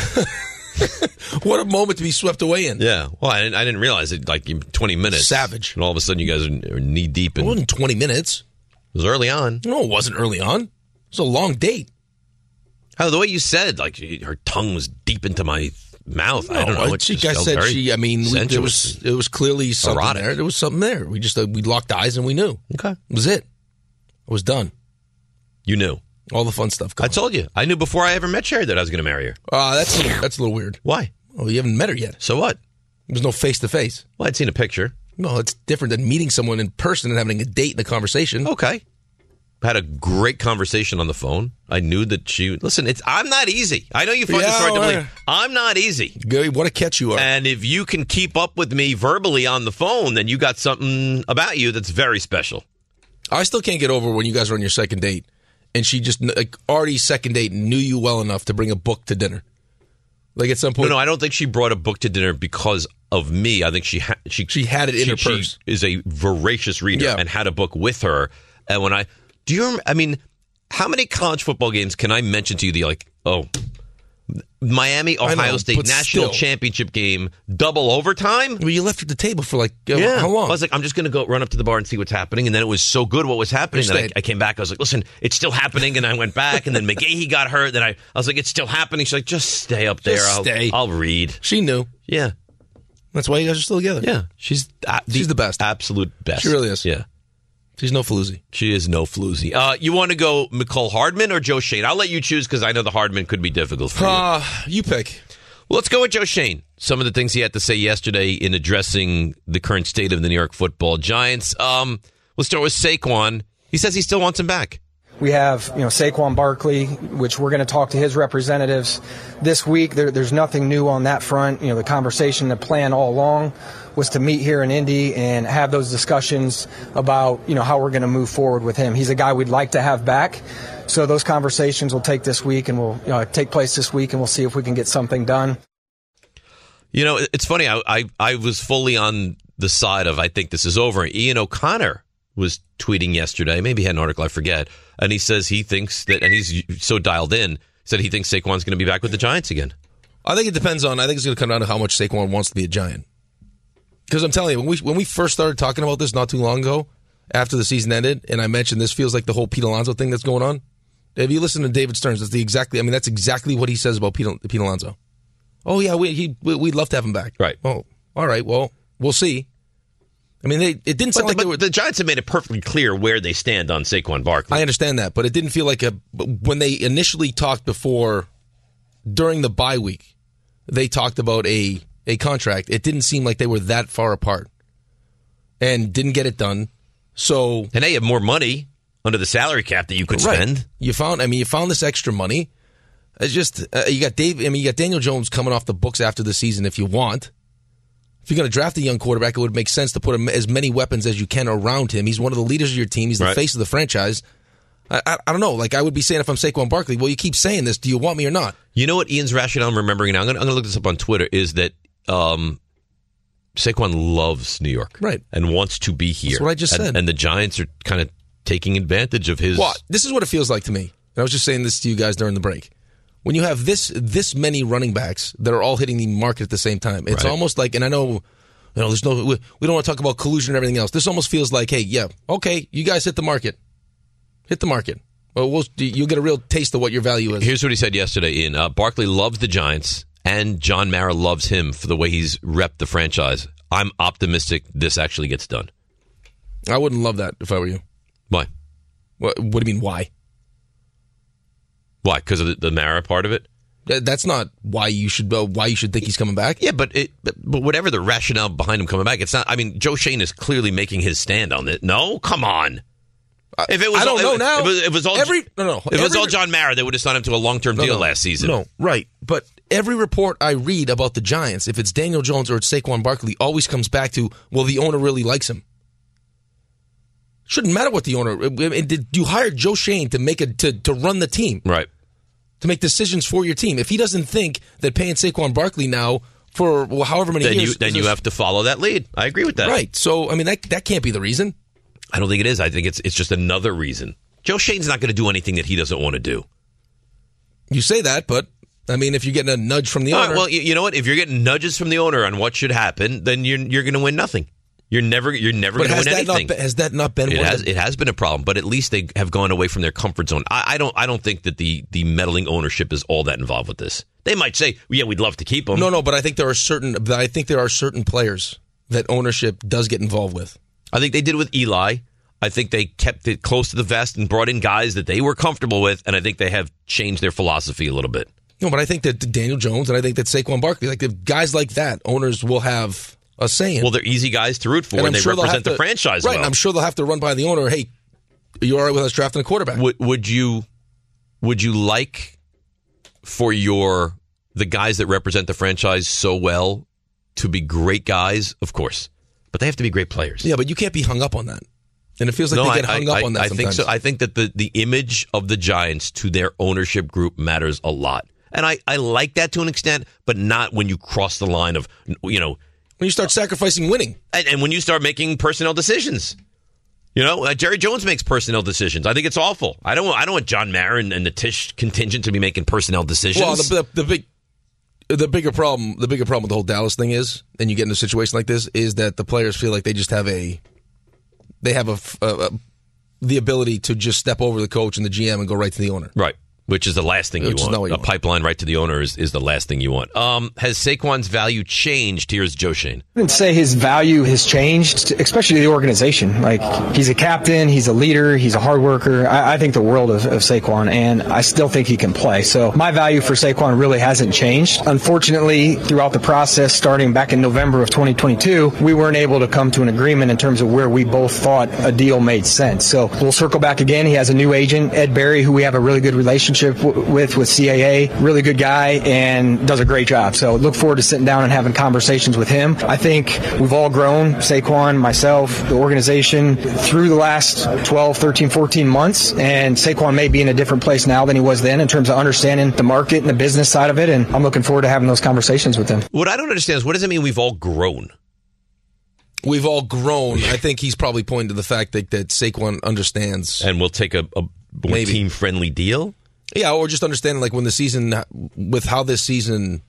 Speaker 7: What a moment to be swept away in.
Speaker 4: Yeah. Well, I didn't, I didn't realize it like in 20 minutes. Savage. And all of a sudden you guys are, knee deep in. It wasn't
Speaker 7: 20 minutes.
Speaker 4: It was early on.
Speaker 7: No, it wasn't early on. It was a long date.
Speaker 4: How the way you said, like her tongue was deep into my mouth. I don't know.
Speaker 7: No,
Speaker 4: It
Speaker 7: She
Speaker 4: just
Speaker 7: guys
Speaker 4: felt
Speaker 7: said
Speaker 4: very
Speaker 7: she. I mean, we, there
Speaker 4: sensuous.
Speaker 7: was it was clearly something
Speaker 4: Erotic.
Speaker 7: there. There was something there. We just uh, we locked eyes and we knew. Okay, was it? I was done.
Speaker 4: You knew
Speaker 7: all the fun stuff.
Speaker 4: I told you. I knew before I ever met Sherry that I was going to marry her.
Speaker 7: Uh, that's a little, that's a little weird.
Speaker 4: Why?
Speaker 7: Well, you haven't met her yet.
Speaker 4: So what?
Speaker 7: There's no face to face.
Speaker 4: Well, I'd seen a picture.
Speaker 7: No, it's different than meeting someone in person and having a date and a conversation.
Speaker 4: Okay. Had a great conversation on the phone. I knew that she. Listen, it's I'm not easy. I know you find this
Speaker 7: Yeah,
Speaker 4: hard to
Speaker 7: well,
Speaker 4: believe. I'm not easy.
Speaker 7: Good. What a catch you are.
Speaker 4: And if you can keep up with me verbally on the phone, then you got something about you that's very special.
Speaker 7: I still can't get over when you guys were on your second date, and she just like already second date knew you well enough to bring a book to dinner. Like at some point,
Speaker 4: No, no, I don't think she brought a book to dinner because of me. I think she ha- she she
Speaker 7: had it in her
Speaker 4: she
Speaker 7: purse.
Speaker 4: is a voracious reader
Speaker 7: Yeah.
Speaker 4: and had a book with her. And when I do you, rem- I mean, how many college football games can I mention to you? The like, oh, Miami,
Speaker 7: I know,
Speaker 4: Ohio State
Speaker 7: but
Speaker 4: national
Speaker 7: still.
Speaker 4: championship game, double overtime.
Speaker 7: Well, you left at the table for like uh,
Speaker 4: yeah.
Speaker 7: how long?
Speaker 4: I was like, I'm just going to go run up to the bar and see what's happening. And then it was so good what was happening that I,
Speaker 7: Understand.
Speaker 4: I came back. I was like, listen, it's still happening. And I went back. And then McGahee got hurt. Then I, I was like, it's still happening. She's like, just stay up there.
Speaker 7: Just
Speaker 4: I'll,
Speaker 7: stay."
Speaker 4: I'll read.
Speaker 7: She knew.
Speaker 4: Yeah.
Speaker 7: That's why you guys are still together.
Speaker 4: Yeah. She's
Speaker 7: she's the best.
Speaker 4: Absolute best.
Speaker 7: She really is.
Speaker 4: Yeah.
Speaker 7: She's no floozy.
Speaker 4: She is no floozy. Uh, you want to go Nicole Hardman or Joe Shane? I'll let you choose because I know the Hardman could be difficult for you.
Speaker 7: Uh, you pick.
Speaker 4: Well, let's go with Joe Shane. Some of the things he had to say yesterday in addressing the current state of the New York football giants. Um, we'll start with Saquon. He says he still wants him back.
Speaker 16: We have, you know, Saquon Barkley, which we're going to talk to his representatives this week. There, there's nothing new on that front. You know, the conversation, the plan all along was to meet here in Indy and have those discussions about, you know, how we're going to move forward with him. He's a guy we'd like to have back. So those conversations will take this week and will you know, take place this week and we'll see if we can get something done.
Speaker 4: You know, it's funny. I, I I was fully on the side of I think this is over. Ian O'Connor was tweeting yesterday, maybe he had an article I forget, and he says he thinks that, and he's so dialed in. said he thinks Saquon's going to be back with the Giants again.
Speaker 7: I think it depends on. I think it's going to come down to how much Saquon wants to be a giant. Because I'm telling you, when we when we first started talking about this not too long ago, after the season ended, and I mentioned this feels like the whole Pete Alonso thing that's going on. If you listen to David Stearns, that's the exactly. I mean, that's exactly what he says about Pete, Pete Alonso. Oh yeah, we, he, we we'd love to have him back. Right. Oh, all right. Well, we'll see. I mean, they it didn't sound like they were.
Speaker 4: The Giants have made it perfectly clear where they stand on Saquon Barkley.
Speaker 7: I understand that, but it didn't feel like a but when they initially talked before during the bye week, they talked about a a contract. It didn't seem like they were that far apart, and didn't get it done. So
Speaker 4: and they have more money under the salary cap that you could
Speaker 7: Right.
Speaker 4: spend.
Speaker 7: You found. I mean, you found this extra money. It's just uh, you got Dave. I mean, you got Daniel Jones coming off the books after the season. If you want, if you're going to draft a young quarterback, it would make sense to put him as many weapons as you can around him. He's one of the leaders of your team. He's the
Speaker 4: Right.
Speaker 7: face of the franchise. I, I, I don't know. Like I would be saying if I'm Saquon Barkley, well, you keep saying this. Do you want me or not?
Speaker 4: You know what Ian's rationale I'm remembering now? I'm going to look this up on Twitter. Is that um, Saquon loves New York,
Speaker 7: Right.
Speaker 4: and wants to be here.
Speaker 7: what I just
Speaker 4: and,
Speaker 7: said.
Speaker 4: And the Giants are kind of taking advantage of his.
Speaker 7: Well, this is what it feels like to me. And I was just saying this to you guys during the break. When you have this this many running backs that are all hitting the market at the same time, it's
Speaker 4: Right.
Speaker 7: almost like. And I know, you know, there's no we, we don't want to talk about collusion and everything else. This almost feels like, hey, yeah, okay, you guys hit the market, hit the market. Well, we'll you'll get a real taste of what your value is.
Speaker 4: Here's what he said yesterday, Ian. Uh, Barkley loves the Giants, and John Mara loves him for the way he's repped the franchise. I'm optimistic this actually gets done.
Speaker 7: I wouldn't love that if I were you.
Speaker 4: Why?
Speaker 7: What, what do you mean? Why?
Speaker 4: Why? Because of the, the Mara part of it?
Speaker 7: That- That's not why you should uh, why you should think he's coming back.
Speaker 4: Yeah, but it but, but whatever the rationale behind him coming back, it's not. I mean, Joe Shane is clearly making his stand on it. No, come on. If it was,
Speaker 7: I don't
Speaker 4: all,
Speaker 7: know
Speaker 4: if,
Speaker 7: now.
Speaker 4: If it was, if it was all
Speaker 7: Every- no, no,
Speaker 4: If it was
Speaker 7: every-
Speaker 4: all John Mara, they would have signed him to a long term
Speaker 7: No,
Speaker 4: deal
Speaker 7: no.
Speaker 4: last season.
Speaker 7: No, right. But every report I read about the Giants, if it's Daniel Jones or it's Saquon Barkley, always comes back to, well, the owner really likes him. Shouldn't matter what the owner. I mean, did- You hired Joe Shane to make a to, to run the team,
Speaker 4: right?
Speaker 7: To make decisions for your team. If he doesn't think that paying Saquon Barkley now for well, however many
Speaker 4: then
Speaker 7: years,
Speaker 4: you then
Speaker 7: is
Speaker 4: you
Speaker 7: a-
Speaker 4: have to follow that lead. I agree with that.
Speaker 7: right. So I mean, that that can't be the reason.
Speaker 4: I don't think it is. I think it's it's just another reason. Joe Shane's not going to do anything that he doesn't want to do.
Speaker 7: You say that, but I mean, if you're getting a nudge from the
Speaker 4: All right,
Speaker 7: owner,
Speaker 4: well, you, you know what? If you're getting nudges from the owner on what should happen, then you're you're going to win nothing. You're never you're never
Speaker 7: but
Speaker 4: going to
Speaker 7: has
Speaker 4: win
Speaker 7: that, not,
Speaker 4: anything.
Speaker 7: been- has that not been
Speaker 4: it
Speaker 7: one of
Speaker 4: has
Speaker 7: the-
Speaker 4: it has been a problem, but at least they have gone away from their comfort zone. I, I don't I don't think that the the meddling ownership is all that involved with this. They might say, "Yeah, we'd love to keep him."
Speaker 7: No, no, but I think there are certain. but I think there are certain players that ownership does get involved with.
Speaker 4: I think they did with Eli. I think they kept it close to the vest and brought in guys that they were comfortable with, and I think they have changed their philosophy a little bit.
Speaker 7: No, but I think that Daniel Jones and I think that Saquon Barkley, like if guys like that, owners will have a say. In.
Speaker 4: Well, they're easy guys to root for, and, they
Speaker 7: they'll
Speaker 4: represent
Speaker 7: have
Speaker 4: the
Speaker 7: to-
Speaker 4: franchise
Speaker 7: Right,
Speaker 4: well.
Speaker 7: and I'm sure they'll have to run by the owner. Hey, are you all right with us drafting a quarterback?
Speaker 4: would would you would you like for your the guys that represent the franchise so well to be great guys? Of course, but they have to be great players.
Speaker 7: Yeah, but you can't be hung up on that. And it feels like
Speaker 4: No,
Speaker 7: they get hung up on that.
Speaker 4: I think
Speaker 7: sometimes.
Speaker 4: so. I think that the the image of the Giants to their ownership group matters a lot, and I I like that to an extent, but not when you cross the line of you know uh,
Speaker 7: when you start sacrificing winning,
Speaker 4: and, and when you start making personnel decisions. You know, uh, Jerry Jones makes personnel decisions. I think it's awful. I don't. want- I don't want John Marin and the Tish contingent to be making personnel decisions.
Speaker 7: Well, the, the, the big, the bigger problem, the bigger problem with the whole Dallas thing is, and you get into a situation like this, is that the players feel like they just have a, they have a, f- a- a- the ability to just step over the coach and the GM and go right to the owner.
Speaker 4: Right. Which is the last thing you
Speaker 7: Which is
Speaker 4: want.
Speaker 7: not what you
Speaker 4: a pipeline right to the owner is, is the last thing you want. Um, has Saquon's value changed? Here's Joe Shane.
Speaker 16: I wouldn't say his value has changed, especially to the organization. Like he's a captain, he's a leader, he's a hard worker. I, I think the world of, of Saquon, and I still think he can play. So my value for Saquon really hasn't changed. Unfortunately, throughout the process, starting back in November of 2022, we weren't able to come to an agreement in terms of where we both thought a deal made sense. So we'll circle back again. He has a new agent, Ed Barry, who we have a really good relationship w- with with CAA. Really good guy and does a great job. So look forward to sitting down and having conversations with him. I think we've all grown, Saquon, myself, the organization, through the last 12, 13, 14 months. And Saquon may be in a different place now than he was then in terms of understanding the market and the business side of it. And I'm looking forward to having those conversations with him.
Speaker 4: What I don't understand is what does it mean we've all grown?
Speaker 7: We've all grown. I think he's probably pointing to the fact that that Saquon understands.
Speaker 4: And we'll take a, a more
Speaker 7: Maybe.
Speaker 4: team friendly deal?
Speaker 7: Yeah, or just understanding like when the season with how this season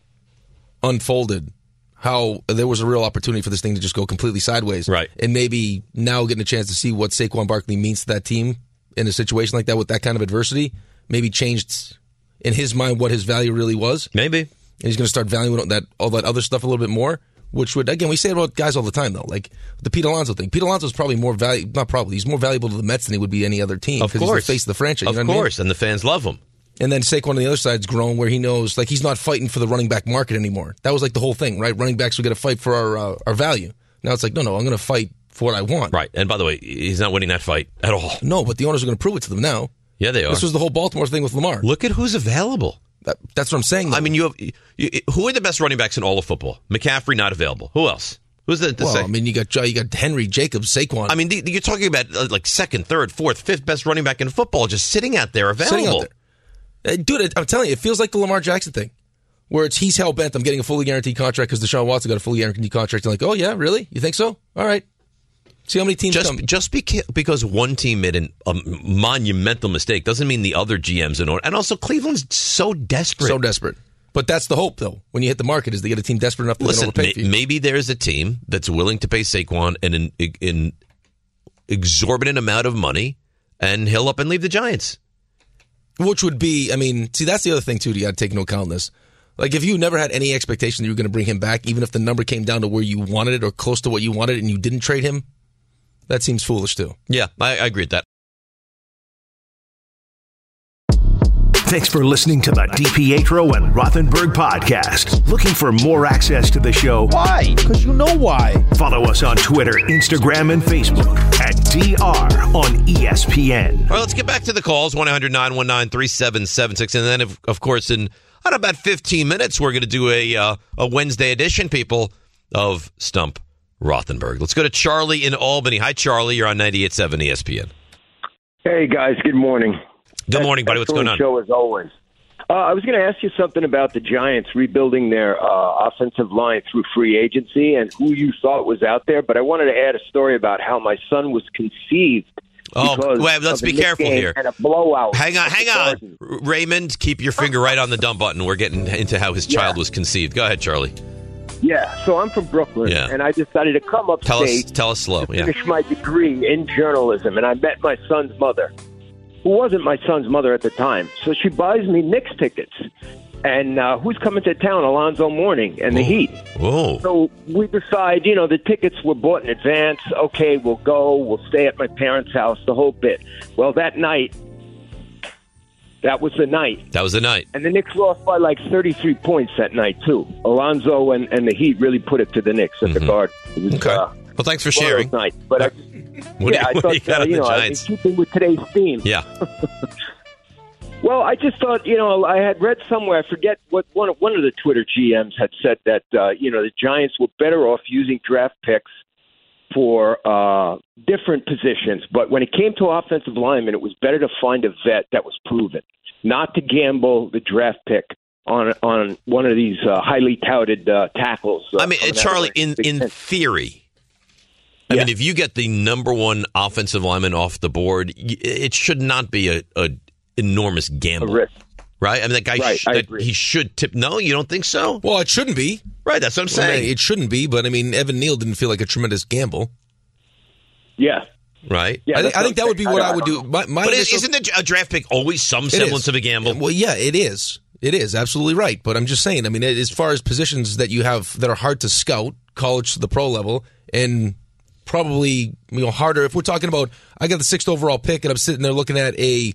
Speaker 7: unfolded, how there was a real opportunity for this thing to just go completely sideways. Right. And maybe now getting a chance to see what Saquon Barkley means to that team in a situation like that with that kind of adversity, maybe changed in his mind what his value really was.
Speaker 4: Maybe. And
Speaker 7: he's going to start valuing that all that other stuff a little bit more. Which would again we say it about guys all the time though, like the Pete Alonso thing. Pete Alonso is probably more value, not probably he's more valuable to the Mets than he would be any other team.
Speaker 4: Of
Speaker 7: 'cause he's
Speaker 4: course.
Speaker 7: the face of the franchise.
Speaker 4: Of
Speaker 7: you know what I mean?
Speaker 4: course, and the fans love him.
Speaker 7: And then Saquon on the other side's grown where he knows like he's not fighting for the running back market anymore. That was like the whole thing, right? Running backs we got to fight for our uh, our value. Now it's like no, no, I'm going to fight for what I want.
Speaker 4: Right. And by the way, he's not winning that fight at all.
Speaker 7: No, but the owners are going to prove it to them now.
Speaker 4: Yeah, they are.
Speaker 7: This was the whole Baltimore thing with Lamar.
Speaker 4: Look at who's available.
Speaker 7: that's what I'm saying.
Speaker 4: I mean, you have you, who are the best running backs in all of football? McCaffrey not available. Who else? Who's the, the
Speaker 7: well,
Speaker 4: sec-
Speaker 7: I mean, you got you got Henry, Jacobs, Saquon.
Speaker 4: I mean, the, you're talking about uh, like second, third, fourth, fifth best running back in football just sitting out there available.
Speaker 7: Sitting out Uh, dude, it- I'm telling you, it feels like the Lamar Jackson thing, where it's he's hell bent on getting a fully guaranteed contract because Deshaun Watson got a fully guaranteed contract. And like, oh yeah, really? You think so? All right. See how many teams
Speaker 4: just
Speaker 7: come.
Speaker 4: just beca- because one team made an, a monumental mistake doesn't mean the other GMs in order. And also, Cleveland's so desperate.
Speaker 7: So desperate. But that's the hope, though. When you hit the market, is they get a team desperate enough to
Speaker 4: Listen,
Speaker 7: overpay
Speaker 4: may-
Speaker 7: for you.
Speaker 4: maybe there's a team that's willing to pay Saquon an, an, an exorbitant amount of money, and he'll up and leave the Giants.
Speaker 7: Which would be, I mean, see, that's the other thing too. You got to take into account in this. Like, if you never had any expectation that you were going to bring him back, even if the number came down to where you wanted it or close to what you wanted, and you didn't trade him, that seems foolish too.
Speaker 4: Yeah, I, I agree with that.
Speaker 1: Thanks for listening to the DPetro and Rothenberg podcast. Looking for more access to the show? Why? Because you know why. Follow us on Twitter, Instagram, and Facebook at DR on E ESPN.
Speaker 4: All right, let's get back to the calls 1 800 919 3776. And then, of, of course, in I don't know, about 15 minutes, we're going to do a, uh, a Wednesday edition, people, of Stump Rothenberg. Let's go to Charlie in Albany. Hi, Charlie. You're on 98.7 ESPN.
Speaker 17: Hey guys, good morning.
Speaker 4: Good morning, buddy. What's going on?
Speaker 17: Excellent Show as always. Uh, I was going to ask you something about the Giants rebuilding their uh, offensive line through free agency and who you thought was out there, but I wanted to add a story about how my son was conceived.
Speaker 4: Oh,
Speaker 17: because
Speaker 4: wait, let's
Speaker 17: of
Speaker 4: be
Speaker 17: a Knicks
Speaker 4: careful
Speaker 17: game
Speaker 4: here.
Speaker 17: And a blowout.
Speaker 4: Hang on,
Speaker 17: of the
Speaker 4: hang on.
Speaker 17: Chargers.
Speaker 4: R- Raymond, keep your finger right on the dumb button. We're getting into how his child was conceived. Go ahead, Charlie.
Speaker 17: Yeah, so I'm from Brooklyn,
Speaker 4: Yeah.
Speaker 17: and I decided to come upstate.
Speaker 4: Tell us, tell us slow. Yeah.
Speaker 17: finish my degree in journalism, and I met my son's mother, who wasn't my son's mother at the time. So she buys me Knicks tickets. And uh, who's coming to town? Alonzo Mourning and the Heat.
Speaker 4: Whoa.
Speaker 17: So we decide, you know, the tickets were bought in advance. Okay, we'll go. We'll stay at my parents' house, the whole bit. Well, that night, that was the night.
Speaker 4: That was the night.
Speaker 17: And the Knicks lost by like 33 points that night, too. Alonzo and, and the Heat really put it to the Knicks at
Speaker 4: Mm-hmm.
Speaker 17: the guard. It was, uh,
Speaker 4: Well, thanks for sharing.
Speaker 17: Night, but I,
Speaker 4: What do
Speaker 17: yeah,
Speaker 4: you-
Speaker 17: I
Speaker 4: what do
Speaker 17: thought
Speaker 4: you got
Speaker 17: uh,
Speaker 4: on
Speaker 17: you
Speaker 4: the
Speaker 17: know, I-
Speaker 4: Giants?
Speaker 17: in keeping with today's theme.
Speaker 4: Yeah.
Speaker 17: Well, I just thought, you know, I had read somewhere, I forget what one of, one of the Twitter GMs had said that, uh, you know, the Giants were better off using draft picks for uh, different positions. But when it came to offensive linemen, it was better to find a vet that was proven, not to gamble the draft pick on on one of these uh, highly touted uh, tackles. Uh,
Speaker 4: I mean,
Speaker 17: coming out of
Speaker 4: Charlie,
Speaker 17: the
Speaker 4: in,
Speaker 17: Big
Speaker 4: in
Speaker 17: Ten.
Speaker 4: theory, I mean, if you get the number one offensive lineman off the board, y- it should not be a, a enormous gamble, right? I mean, that guy,
Speaker 7: Right,
Speaker 4: sh-
Speaker 7: I
Speaker 4: that-
Speaker 7: agree.
Speaker 4: he should tip. No, you don't think so?
Speaker 7: Well, it shouldn't be.
Speaker 4: Right, that's what I'm
Speaker 7: I mean,
Speaker 4: saying.
Speaker 7: it shouldn't be, but I mean, Evan Neal didn't feel like a tremendous gamble.
Speaker 17: Yeah.
Speaker 4: Right.
Speaker 7: Yeah, I, thi- I think that would be what I, would do. My, my
Speaker 4: but is,
Speaker 7: initial-
Speaker 4: isn't the, a draft pick always some
Speaker 7: It is.
Speaker 4: semblance of a gamble?
Speaker 7: Well, yeah, it is. It is absolutely right. But I'm just saying. I mean, as far as positions that you have that are hard to scout, college to the pro level, and probably you know harder. If we're talking about, I got the sixth overall pick, and I'm sitting there looking at a, you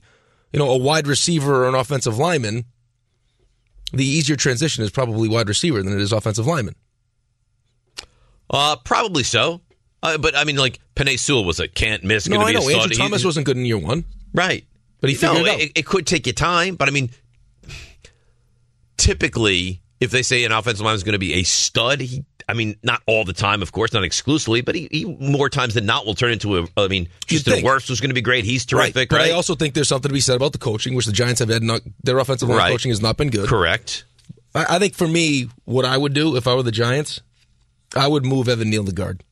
Speaker 7: know, a wide receiver or an offensive lineman. The easier transition is probably wide receiver than it is offensive lineman.
Speaker 4: Uh, probably so. Uh, but I mean, like Panay Sewell was a can't miss.
Speaker 7: No,
Speaker 4: gonna
Speaker 7: I
Speaker 4: be a
Speaker 7: know
Speaker 4: stud.
Speaker 7: Andrew
Speaker 4: He-
Speaker 7: Thomas wasn't good in year one,
Speaker 4: right?
Speaker 7: But he
Speaker 4: No,
Speaker 7: figured it out.
Speaker 4: it, it could take you time, but I mean, typically, if they say an offensive lineman is going to be a stud, he, I mean, not all the time, of course, not exclusively, but he, he more times than not will turn into a. I mean, Justin
Speaker 7: think.
Speaker 4: Wirfs was going to be great. He's terrific,
Speaker 7: But
Speaker 4: right?
Speaker 7: I also think there's something to be said about the coaching, which the Giants have had. Not, their offensive line
Speaker 4: Right.
Speaker 7: coaching has not been good.
Speaker 4: Correct.
Speaker 7: I, I think for me, what I would do if I were the Giants, I would move Evan Neal to guard.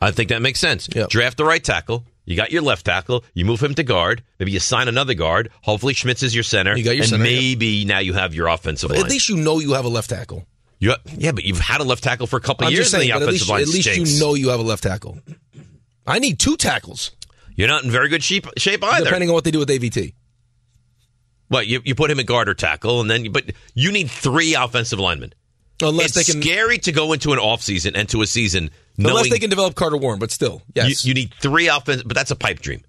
Speaker 4: I think that makes sense. Draft the right tackle. You got your left tackle. You move him to guard. Maybe you sign another guard. Hopefully Schmitz is your center. You
Speaker 7: got your
Speaker 4: and
Speaker 7: center, yeah.
Speaker 4: maybe now you have your offensive
Speaker 7: At
Speaker 4: line.
Speaker 7: least you know you have a left tackle.
Speaker 4: You- yeah, but you've had a left tackle for a couple
Speaker 7: I'm just
Speaker 4: years
Speaker 7: saying,
Speaker 4: and
Speaker 7: but
Speaker 4: the
Speaker 7: at
Speaker 4: offensive
Speaker 7: least,
Speaker 4: line
Speaker 7: at least
Speaker 4: stinks.
Speaker 7: you know you have a left tackle. I need two tackles,
Speaker 4: You're not in very good shape, shape either.
Speaker 7: depending on what they do with AVT.
Speaker 4: Well, you, you put him at guard or tackle, and then you, but you need three offensive linemen.
Speaker 7: Unless
Speaker 4: it's
Speaker 7: they can-
Speaker 4: scary to go into an offseason and to a season
Speaker 7: Unless
Speaker 4: knowing
Speaker 7: they can develop Carter Warren, but still, yes.
Speaker 4: you, you need three offense, but that's a pipe dream.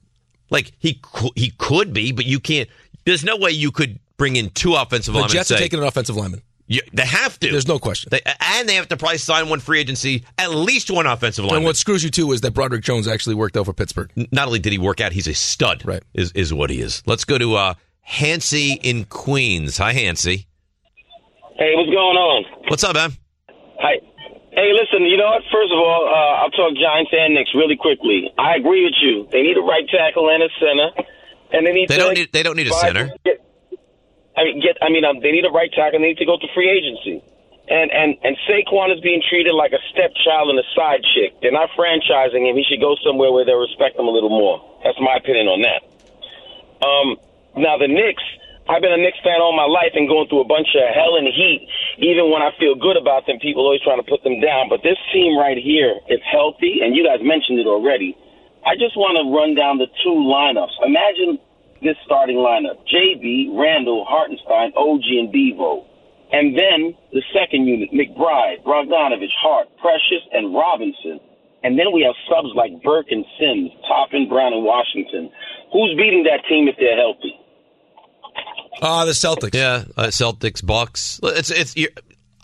Speaker 4: Like he cou- he could be, but you can't. There's no way you could bring in two offensive
Speaker 7: the
Speaker 4: linemen.
Speaker 7: Jets are
Speaker 4: and say-
Speaker 7: taking an offensive lineman.
Speaker 4: You- they have to.
Speaker 7: There's no question.
Speaker 4: They, and they have to probably sign one free agency, at least one offensive
Speaker 7: And
Speaker 4: lineman.
Speaker 7: what screws you too is that Broderick Jones actually worked out for Pittsburgh.
Speaker 4: Not only did he work out, he's a stud. Right is is what he is. Let's go to uh, Hansi in Queens. Hi, Hansi.
Speaker 18: Hey, what's going on?
Speaker 4: What's up, man?
Speaker 18: Hi. Hey, listen, you know what? First of all, uh, I'll talk Giants and Knicks really quickly. I agree with you. They need a right tackle and a center. And they need
Speaker 4: They
Speaker 18: to,
Speaker 4: don't
Speaker 18: like,
Speaker 4: need they don't need a
Speaker 18: buy-
Speaker 4: center.
Speaker 18: Get, I mean, get. I mean, um, they need a right tackle. They need to go to free agency. And and and Saquon is being treated like a stepchild and a side chick. They're not franchising him. He should go somewhere where they respect him a little more. That's my opinion on that. Um, now the Knicks. I've been a Knicks fan all my life and going through a bunch of hell and heat. Even when I feel good about them, people always trying to put them down. But this team right here is healthy, and you guys mentioned it already. I just want to run down the two lineups. Imagine this starting lineup: JB, Randall, Hartenstein, OG, and Devo. And then the second unit: McBride, Bogdanovich, Hart, Precious, and Robinson. And then we have subs like Burke and Sims, Toppin, Brown, and Washington. Who's beating that team if they're healthy?
Speaker 7: Ah, the Celtics.
Speaker 4: Yeah, uh, Celtics, Bucks. It's it's. You're,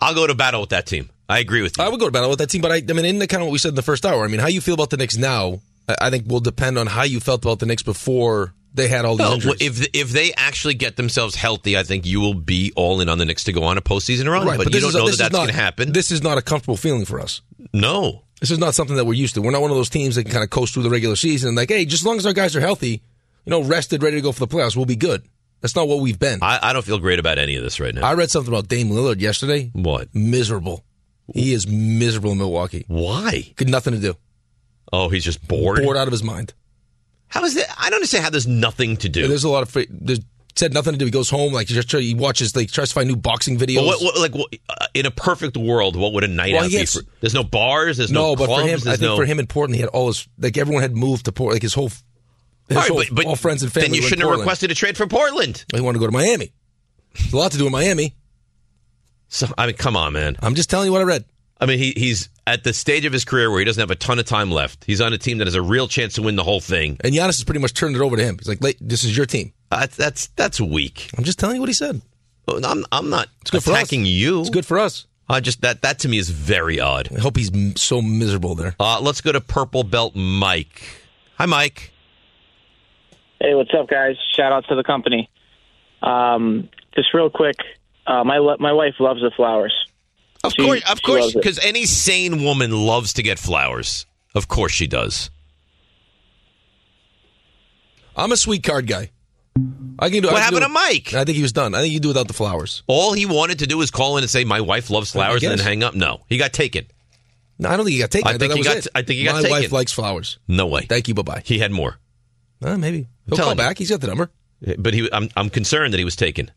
Speaker 4: I'll go to battle with that team. I agree with you.
Speaker 7: I would go to battle with that team, but I, I mean, in the kind of what we said in the first hour, I mean, how you feel about the Knicks now, I, I think will depend on how you felt about the Knicks before they had all these
Speaker 4: No,
Speaker 7: injuries.
Speaker 4: if if they actually get themselves healthy, I think you will be all in on the Knicks to go on a postseason run. but, you
Speaker 7: this
Speaker 4: don't
Speaker 7: is- this
Speaker 4: know that
Speaker 7: is
Speaker 4: that's
Speaker 7: not-
Speaker 4: going to happen.
Speaker 7: This is not a comfortable feeling for us.
Speaker 4: No,
Speaker 7: this is not something that we're used to. We're not one of those teams that can kind of coast through the regular season and like, hey, just as long as our guys are healthy, you know, rested, ready to go for the playoffs, we'll be good. That's not what we've been.
Speaker 4: I, I don't feel great about any of this right now.
Speaker 7: I read something about Dame Lillard yesterday.
Speaker 4: What?
Speaker 7: Miserable. He is miserable in Milwaukee.
Speaker 4: Why?
Speaker 7: Good, nothing to do.
Speaker 4: oh, he's just bored.
Speaker 7: Bored out of his mind.
Speaker 4: How is that? I don't understand how there's nothing to do.
Speaker 7: there's a lot of. Free, there's said nothing to do. He goes home like he just try- he watches like tries to find new boxing videos.
Speaker 4: But what, what, like what, uh, in a perfect world, what would a night
Speaker 7: Well,
Speaker 4: out
Speaker 7: he
Speaker 4: be?
Speaker 7: gets-
Speaker 4: for, there's no bars. There's no,
Speaker 7: no, but
Speaker 4: clubs,
Speaker 7: for him, I
Speaker 4: there's
Speaker 7: think
Speaker 4: no-
Speaker 7: for him in Portland, he had all his like everyone had moved to Portland, like his whole, his
Speaker 4: All right,
Speaker 7: whole
Speaker 4: but- but
Speaker 7: all friends and
Speaker 4: then
Speaker 7: family.
Speaker 4: you
Speaker 7: were in
Speaker 4: shouldn't have
Speaker 7: Portland.
Speaker 4: requested a trade for Portland.
Speaker 7: He wanted to go to Miami. There's a lot to do in Miami.
Speaker 4: So I mean, come on, man.
Speaker 7: I'm just telling you what I read.
Speaker 4: I mean, he, he's at the stage of his career where he doesn't have a ton of time left. He's on a team that has a real chance to win the whole thing.
Speaker 7: And Giannis has pretty much turned it over to him. He's like, "Late, this is your team."
Speaker 4: That's Uh, that's that's weak.
Speaker 7: I'm just telling you what he said.
Speaker 4: I'm I'm not
Speaker 7: for us.
Speaker 4: attacking you. It's
Speaker 7: good for us.
Speaker 4: I just that that to me is very odd.
Speaker 7: I hope he's m- so miserable there.
Speaker 4: Uh, let's go to Purple Belt Mike. Hi, Mike.
Speaker 19: Hey, what's up, guys? Shout out to the company. Um, just real quick, uh, my lo- my wife loves the flowers.
Speaker 4: Of course, of course, because any sane woman loves to get flowers. Of course, she does.
Speaker 7: I'm a sweet card guy. I can do.
Speaker 4: What
Speaker 7: I can do
Speaker 4: happened to Mike?
Speaker 7: I think he was done. I think you do without the flowers.
Speaker 4: All he wanted to do was call in and say, "My wife loves flowers," and then
Speaker 7: guess.
Speaker 4: hang up. No, he got taken.
Speaker 7: No, I don't think he got taken.
Speaker 4: I think
Speaker 7: thought that
Speaker 4: he
Speaker 7: was
Speaker 4: got-
Speaker 7: it.
Speaker 4: I think he got
Speaker 7: My
Speaker 4: taken.
Speaker 7: wife likes flowers.
Speaker 4: No way.
Speaker 7: Thank you. Bye bye.
Speaker 4: He had more,
Speaker 7: Uh, maybe he'll call
Speaker 4: telling you. Eh,
Speaker 7: back. He's got the number.
Speaker 4: but he. I'm, I'm concerned that he was taken.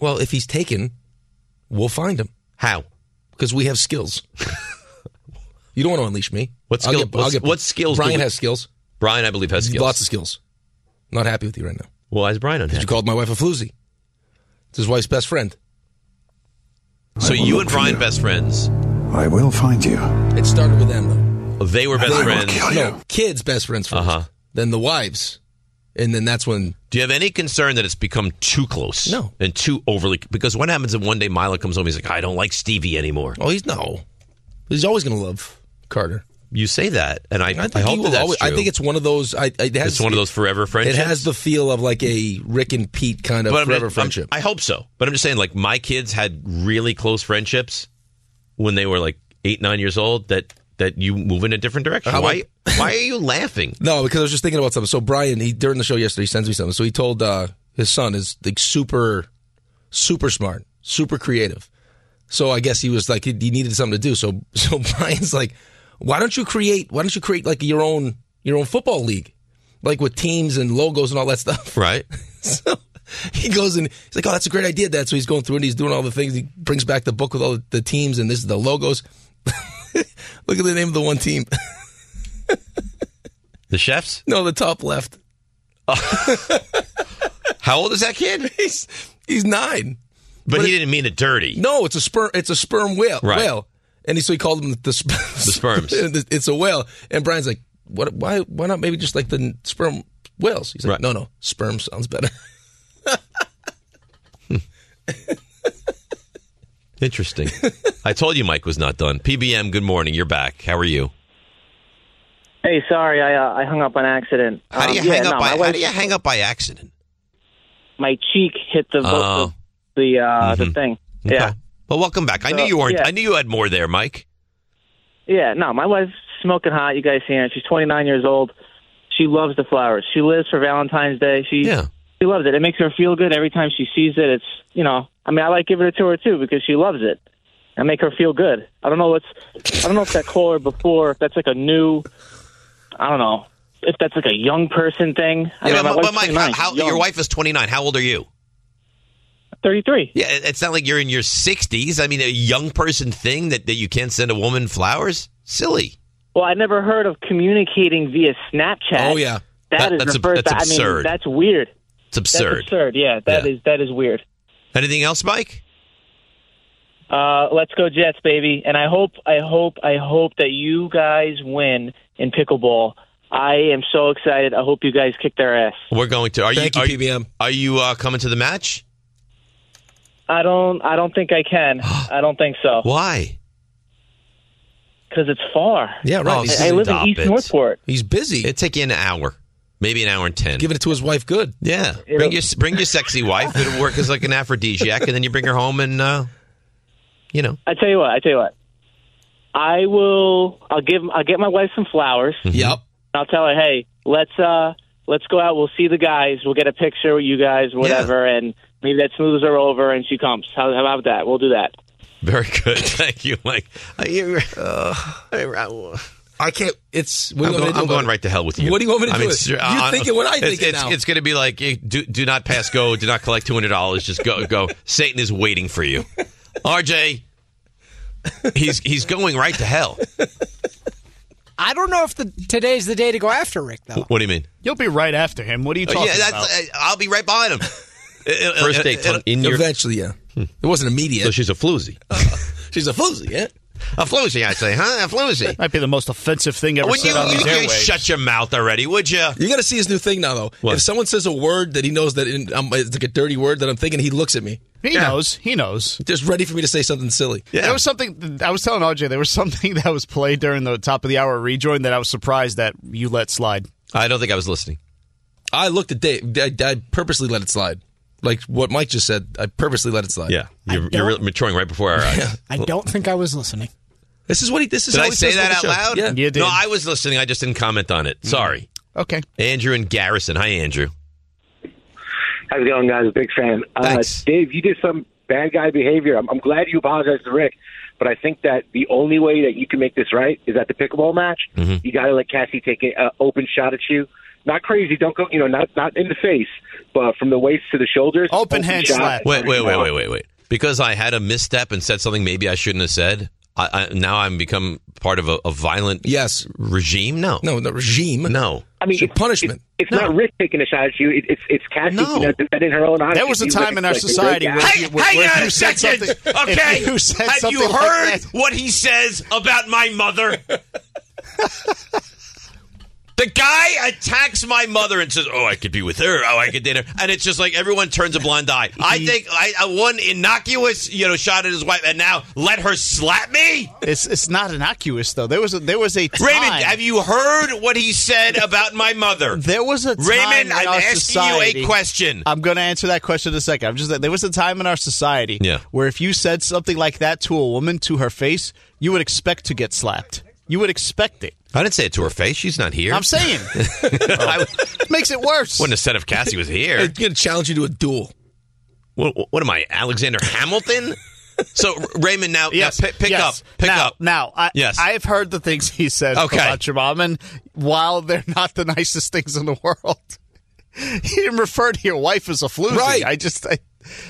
Speaker 7: Well, if he's taken, we'll find him.
Speaker 4: How?
Speaker 7: Because we have skills. you don't want to unleash me.
Speaker 4: What
Speaker 7: I'll
Speaker 4: skill-
Speaker 7: get- I'll
Speaker 4: what's-
Speaker 7: get-
Speaker 4: what skills do
Speaker 7: Brian
Speaker 4: we-
Speaker 7: has skills.
Speaker 4: Brian, I believe, has skills.
Speaker 7: Lots of skills. Not happy with you right now.
Speaker 4: Why is Brian
Speaker 7: Because
Speaker 4: unhappy?
Speaker 7: you called my wife a floozy. It's his wife's best friend.
Speaker 4: So you and Brian, best friends.
Speaker 7: I will find you. It started with them, though.
Speaker 4: Oh, They were best
Speaker 7: They-
Speaker 4: friends. Uh-huh.
Speaker 7: No, kids' best friends 1st Then the wives. And then that's when
Speaker 4: Do you have any concern that it's become too close? No. And too overly? Because what happens if one day Milo comes home? He's like, I don't like Stevie anymore.
Speaker 7: Oh, he's no. He's always going to love Carter.
Speaker 4: You say that, and I, I,
Speaker 7: think he
Speaker 4: hope
Speaker 7: will
Speaker 4: that that's
Speaker 7: always-
Speaker 4: true.
Speaker 7: I think it's one of those. I, I- it has,
Speaker 4: It's one of those forever friendships.
Speaker 7: It has the feel of like a Rick and Pete kind of
Speaker 4: But I'm
Speaker 7: forever
Speaker 4: just- I'm-
Speaker 7: friendship.
Speaker 4: I hope so. But I'm just saying, like, my kids had really close friendships when they were like eight, nine years old. That that you move in a different direction.
Speaker 7: How
Speaker 4: why?
Speaker 7: about-
Speaker 4: why are you laughing?
Speaker 7: No, because I was just thinking about something. So Brian, he during the show yesterday, he sends me something. So he told uh, his son is like super, super smart, super creative. So I guess he was like he he needed something to do. So so Brian's like, why don't you create? Why don't you create like your own your own football league? like with teams and logos and all that stuff.
Speaker 4: Right.
Speaker 7: so he goes and he's like, "Oh, that's a great idea, Dad." So he's going through and he's doing all the things. He brings back the book with all the teams and this is the logos. Look at the name of the one team.
Speaker 4: The chefs?
Speaker 7: no, the top left.
Speaker 4: How old is that kid?
Speaker 7: he's he's nine.
Speaker 4: But, he didn't mean it dirty.
Speaker 7: No, it's a sperm. It's a sperm whale.
Speaker 4: Right.
Speaker 7: Whale. And he, so he called them the, sp-
Speaker 4: The sperms.
Speaker 7: it's a whale. And Brian's like, what? Why? Why not? Maybe just like the n- sperm whales. He's like,
Speaker 4: oh,
Speaker 7: no, no, sperm sounds better.
Speaker 4: Interesting. I told you Mike was not done. PBM, good morning. You're back. How are you?
Speaker 19: Hey, sorry, I uh, I hung up on accident.
Speaker 4: How do you
Speaker 19: Um, yeah,
Speaker 4: hang up
Speaker 19: no,
Speaker 4: by
Speaker 19: my
Speaker 4: how
Speaker 19: wife-
Speaker 4: do you hang up by accident?
Speaker 19: My cheek hit the
Speaker 4: Oh. Mm-hmm.
Speaker 19: the, the, uh, the thing. Yeah,
Speaker 4: Well, welcome back. I
Speaker 19: So,
Speaker 4: knew you weren't
Speaker 19: yeah.
Speaker 4: I knew you had more there, Mike.
Speaker 19: yeah. No, my wife's smoking hot. You guys seen her? She's 29 years old. She loves the flowers. She lives for Valentine's Day. She yeah. she loves it. It makes her feel good every time she sees it. It's you know, I mean, I like giving it to her too because she loves it. I make her feel good. I don't know what's I don't know if that caller before if that's like a new I don't know if that's like a young person thing. I
Speaker 4: Yeah,
Speaker 19: mean, my
Speaker 4: but,
Speaker 19: wife's
Speaker 4: but Mike,
Speaker 19: 29.
Speaker 4: how, how-
Speaker 19: Young.
Speaker 4: your wife is 29. How old are you?
Speaker 19: 33.
Speaker 4: Yeah, it- it's not like you're in your 60s. I mean, a young person thing that, that you can't send a woman flowers? Silly.
Speaker 19: Well, I never heard of communicating via Snapchat.
Speaker 4: Oh, yeah. That-
Speaker 19: that is
Speaker 4: that's
Speaker 19: the
Speaker 4: ab-
Speaker 19: first.
Speaker 4: that's
Speaker 19: I mean,
Speaker 4: absurd.
Speaker 19: that's weird.
Speaker 4: It's absurd.
Speaker 19: That's absurd. Yeah, that is
Speaker 4: Yeah.
Speaker 19: that is weird.
Speaker 4: Anything else, Mike?
Speaker 19: Uh, let's go Jets, baby! And I hope, I hope, I hope that you guys win in pickleball. I am so excited. I hope you guys kick their ass.
Speaker 4: We're going to. Are
Speaker 19: Thank
Speaker 4: you,
Speaker 19: you,
Speaker 4: are PBM. Are you uh, coming to the match?
Speaker 19: I don't, I don't think I can. I don't think so.
Speaker 4: Why?
Speaker 19: Because it's far.
Speaker 7: Yeah, right.
Speaker 19: I, I live in East Northport.
Speaker 7: He's busy.
Speaker 4: Oh, It'd take you an hour, maybe an hour and 10.
Speaker 7: Giving it to his wife, good.
Speaker 4: Yeah. Bring your, bring your sexy wife. It'll work as like an aphrodisiac, and then you bring her home and, uh, you know.
Speaker 19: I tell you what. I tell you what. I will. I'll give. I'll get my wife some flowers.
Speaker 4: Mm-hmm.
Speaker 7: Yep.
Speaker 19: I'll tell her, hey, let's uh, let's go out. We'll see the guys. We'll get a picture with you guys, whatever, and maybe that smooths her over, and she comes. How, how about that? We'll do that.
Speaker 4: Very good. Thank you, Mike. Uh, you- uh,
Speaker 7: I can't. It's.
Speaker 4: I'm,
Speaker 7: What do you want
Speaker 4: going,
Speaker 7: me to do
Speaker 4: I'm
Speaker 7: about
Speaker 4: going
Speaker 7: it?
Speaker 4: right to hell with you.
Speaker 7: What do you want me to do?
Speaker 4: ser-
Speaker 7: You're
Speaker 4: I'm-
Speaker 7: thinking what I
Speaker 4: it's-
Speaker 7: think
Speaker 4: It's,
Speaker 7: now.
Speaker 4: it's going to be like eh, do do not pass go. Do not collect two hundred dollars. Just go go. Satan is waiting for you. RJ, he's he's going right to hell.
Speaker 9: I don't know if the today's the day to go after Rick though.
Speaker 4: What do you mean?
Speaker 8: You'll be right after him. What are you
Speaker 4: Oh,
Speaker 8: talking
Speaker 4: yeah, that's-
Speaker 8: about?
Speaker 4: uh, I'll be right behind him. Uh,
Speaker 7: First date in your- Eventually, yeah. It wasn't immediate. So
Speaker 4: Hmm. she's a floozy.
Speaker 7: she's a floozy, yeah.
Speaker 4: A floozy, I say, huh? A floozy.
Speaker 8: Might be the most offensive thing ever
Speaker 4: Would
Speaker 8: said
Speaker 4: you,
Speaker 8: on these
Speaker 4: would you
Speaker 8: airwaves.
Speaker 4: shut your mouth already? Would you?
Speaker 7: You got to see his new thing now, though.
Speaker 4: What?
Speaker 7: If someone says a word that he knows that in, um, it's like a dirty word that I'm thinking, he looks at me.
Speaker 8: He knows. He knows.
Speaker 7: Just ready for me to say something silly.
Speaker 8: There was something I was telling RJ. There was something that was played during the top of the hour rejoin that I was surprised that you let slide.
Speaker 4: I don't think I was listening.
Speaker 7: I looked at Dave. I, I purposely let it slide. Like what Mike just said, I purposely let it slide.
Speaker 4: Yeah, you're, you're really maturing right before our eyes.
Speaker 9: I don't think I was listening.
Speaker 7: This is what he. This
Speaker 4: Did I say that out loud?
Speaker 9: Yeah.
Speaker 4: No, I was listening. I just didn't comment on it. Sorry.
Speaker 8: Okay.
Speaker 4: Andrew and Garrison. Hi, Andrew.
Speaker 20: How's it going, guys? Big fan. Uh, Dave, you did some bad guy behavior. I'm, I'm glad you apologized to Rick, but I think that the only way that you can make this right is at the pickleball match.
Speaker 21: Mhm.
Speaker 20: You got to let Cassie take an uh, open shot at you. Not crazy. Don't go. You know, not not in the face, but from the waist to the shoulders. Open, shot.
Speaker 4: Wait, wait, wait, wait, wait, wait. Because I had a misstep and said something maybe I shouldn't have said. I, I, now I'm become part of a, a violent
Speaker 7: yes
Speaker 4: regime. No,
Speaker 7: no, the regime.
Speaker 4: No,
Speaker 20: I mean, it's,
Speaker 7: punishment.
Speaker 20: It's not Rick taking a shot at you. It, it's it's Cassie you know, defending her own honor.
Speaker 8: There was a time in our society where,
Speaker 20: hey,
Speaker 8: you- where,
Speaker 20: hang
Speaker 8: where
Speaker 20: on
Speaker 8: you
Speaker 20: a
Speaker 8: said
Speaker 20: second.
Speaker 8: something.
Speaker 20: Okay.
Speaker 8: If you said
Speaker 20: Have
Speaker 8: something
Speaker 20: you
Speaker 8: like
Speaker 20: heard
Speaker 8: that-
Speaker 4: what he says about my mother. The guy attacks my mother and says, "Oh, I could be with her. Oh, I could date her." And it's just like everyone turns a blind eye. I think I, I one innocuous, you know, shot at his wife, and now let her slap me.
Speaker 8: It's it's not innocuous though. There was a, there was a time.
Speaker 4: Raymond, have you heard what he said about my mother?
Speaker 8: There was a time
Speaker 4: Raymond.
Speaker 8: in
Speaker 4: I'm
Speaker 8: our
Speaker 4: asking
Speaker 8: society-
Speaker 4: you a question.
Speaker 8: I'm going to answer that question in a second. I'm just there was a time in our society where if you said something like that to a woman to her face, you would expect to get slapped. You would expect it.
Speaker 4: I didn't say it to her face. She's not here.
Speaker 8: I'm saying Oh.
Speaker 4: I
Speaker 8: makes it worse.
Speaker 4: wouldn't have said if Cassie was here.
Speaker 7: I'm gonna challenge you to a duel.
Speaker 4: What, what am I, Alexander Hamilton? So Raymond, now, yes, pick, pick
Speaker 8: Yes.
Speaker 4: up, pick
Speaker 8: now,
Speaker 4: up.
Speaker 8: Now, I,
Speaker 4: Yes.
Speaker 8: I've heard the things he says
Speaker 4: Okay.
Speaker 8: about your mom, and while they're not the nicest things in the world, he didn't refer to your wife as a floozy.
Speaker 4: Right.
Speaker 8: I just, I,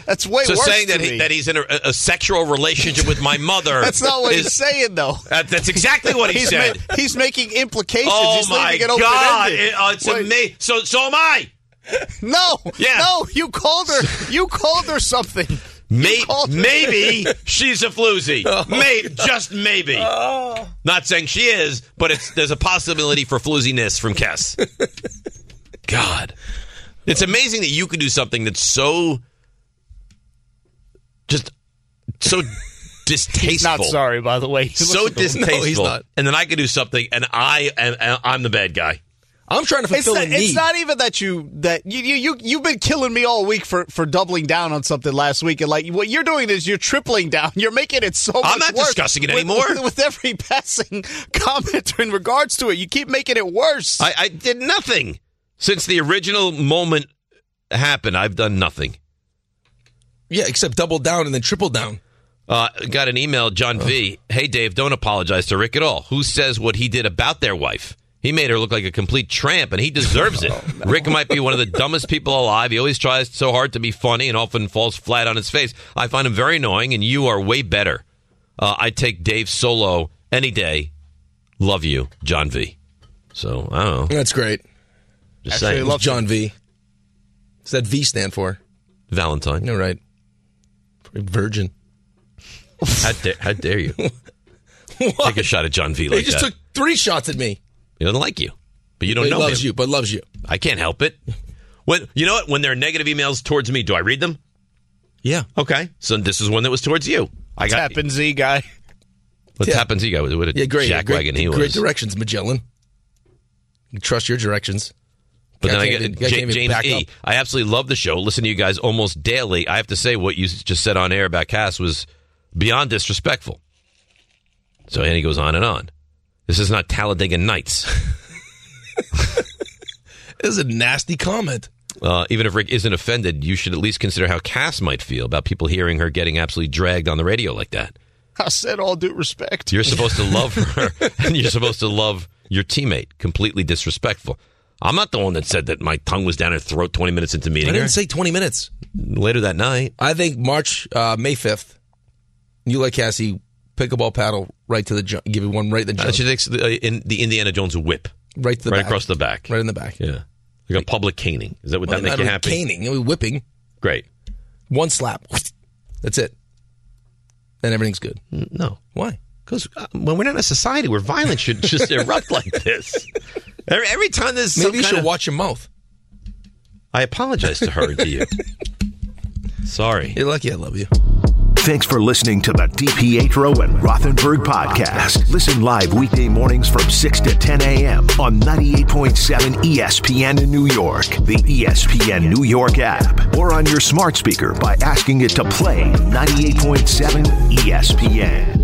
Speaker 8: that's way
Speaker 4: so
Speaker 8: worse
Speaker 4: saying
Speaker 8: to
Speaker 4: that
Speaker 8: me.
Speaker 4: he, that he's in a, a sexual relationship with my mother.
Speaker 8: That's not what he's
Speaker 4: is-
Speaker 8: saying, though.
Speaker 4: That- that's exactly what he
Speaker 8: he's
Speaker 4: said.
Speaker 8: ma- he's making implications.
Speaker 4: Oh
Speaker 8: he's
Speaker 4: my
Speaker 8: leaving it
Speaker 4: God!
Speaker 8: open-ended.
Speaker 4: It- oh, it's
Speaker 8: Wait.
Speaker 4: amazing. So so am I.
Speaker 8: No,
Speaker 4: Yeah.
Speaker 8: no, you called her. You called her something.
Speaker 4: May-
Speaker 8: called her. Oh,
Speaker 4: maybe she's a floozy. May- just maybe. Not saying she is, but it's there's a possibility for flooziness from Kess. God, it's amazing that you could do something that's so just so distasteful.
Speaker 8: Not sorry, by the way. He
Speaker 4: so
Speaker 8: listened to him.
Speaker 4: distasteful. And then I could do something, and I am and I'm the bad guy.
Speaker 7: I'm trying
Speaker 8: it's not, It's not even that you that you you you you've been killing me all week for for doubling down on something last week, and like what you're doing is you're tripling down. You're making it so.
Speaker 4: I'm
Speaker 8: much
Speaker 4: not
Speaker 8: worse
Speaker 4: discussing it
Speaker 8: with-
Speaker 4: anymore.
Speaker 8: with, with every passing comment in regards to it. You keep making it worse.
Speaker 4: I, I did nothing since the original moment happened. I've done nothing.
Speaker 7: Yeah, except double down and then triple down.
Speaker 4: Uh, got an email, John V. Hey, Dave, don't apologize to Rick at all. Who says what he did about their wife? He made her look like a complete tramp, and he deserves
Speaker 8: Oh,
Speaker 4: it. Rick might be one of the dumbest people alive. He always tries so hard to be funny and often falls flat on his face. I find him very annoying, and you are way better. Uh, I take Dave solo any day. Love you, John V. So, I don't know.
Speaker 7: That's great.
Speaker 4: Just Actually, saying. I love
Speaker 7: John V. What's that V stand for?
Speaker 4: Valentine.
Speaker 7: You're right. Virgin.
Speaker 4: How dare, how dare you? Take a shot at John V
Speaker 7: He
Speaker 4: like
Speaker 7: just
Speaker 4: that.
Speaker 7: took three shots at me.
Speaker 4: He doesn't like you, but you don't
Speaker 7: But he
Speaker 4: know
Speaker 7: loves
Speaker 4: him.
Speaker 7: you, but loves you.
Speaker 4: I can't help it. When you know what? When there are negative emails towards me, do I read them?
Speaker 7: Yeah.
Speaker 4: Okay. So this is one that was towards you. I got
Speaker 8: Tap and Z guy.
Speaker 4: what
Speaker 7: Yeah.
Speaker 4: happens. You guy what a
Speaker 7: Yeah, great.
Speaker 4: jackwagon
Speaker 7: great,
Speaker 4: he was.
Speaker 7: Great directions, Magellan. You trust your directions.
Speaker 4: But
Speaker 7: Guy
Speaker 4: then I
Speaker 7: can't
Speaker 4: get
Speaker 7: even- guy
Speaker 4: Ja-
Speaker 7: can't even
Speaker 4: James
Speaker 7: back
Speaker 4: E.
Speaker 7: up.
Speaker 4: I absolutely love the show. Listen to you guys almost daily. I have to say, what you just said on air about Cass was beyond disrespectful. So and he goes on and on. This is not Talladega Nights.
Speaker 7: This is a nasty comment.
Speaker 4: Uh, even if Rick isn't offended, you should at least consider how Cass might feel about people hearing her getting absolutely dragged on the radio like that.
Speaker 8: I said all due respect.
Speaker 4: You're supposed to love her, and you're supposed to love your teammate. Completely disrespectful. I'm not the one that said that my tongue was down her throat 20 minutes into
Speaker 7: I
Speaker 4: meeting her.
Speaker 7: didn't say 20 minutes.
Speaker 4: Later that night.
Speaker 7: I think March, uh, May 5th, you like Cassie, pickleball paddle right to the jump. Give it one right in the
Speaker 4: Uh,
Speaker 7: jump.
Speaker 4: she takes the, uh, in the Indiana Jones whip
Speaker 7: right to the
Speaker 4: right
Speaker 7: back.
Speaker 4: across the back,
Speaker 7: Right in the back.
Speaker 4: Yeah, like a public caning. Is that would
Speaker 7: Well,
Speaker 4: that make
Speaker 7: not
Speaker 4: you
Speaker 7: really
Speaker 4: happy?
Speaker 7: Caning, it was whipping.
Speaker 4: Great.
Speaker 7: One slap. That's it. Then everything's good.
Speaker 4: No.
Speaker 7: Why?
Speaker 4: Because when we're not in a society where violence should just erupt like this, every, every time there's some
Speaker 7: Maybe you
Speaker 4: kind
Speaker 7: should
Speaker 4: of-
Speaker 7: watch your mouth.
Speaker 4: I apologize to her and to you. Sorry.
Speaker 7: You're lucky I love you.
Speaker 1: Thanks for listening to the DPetro and Rothenberg podcast. Listen live weekday mornings from 6 to 10 a.m. on 98.7 ESPN in New York, the E ESPN New York app, E or on your smart speaker by asking it to play 98.7 ESPN.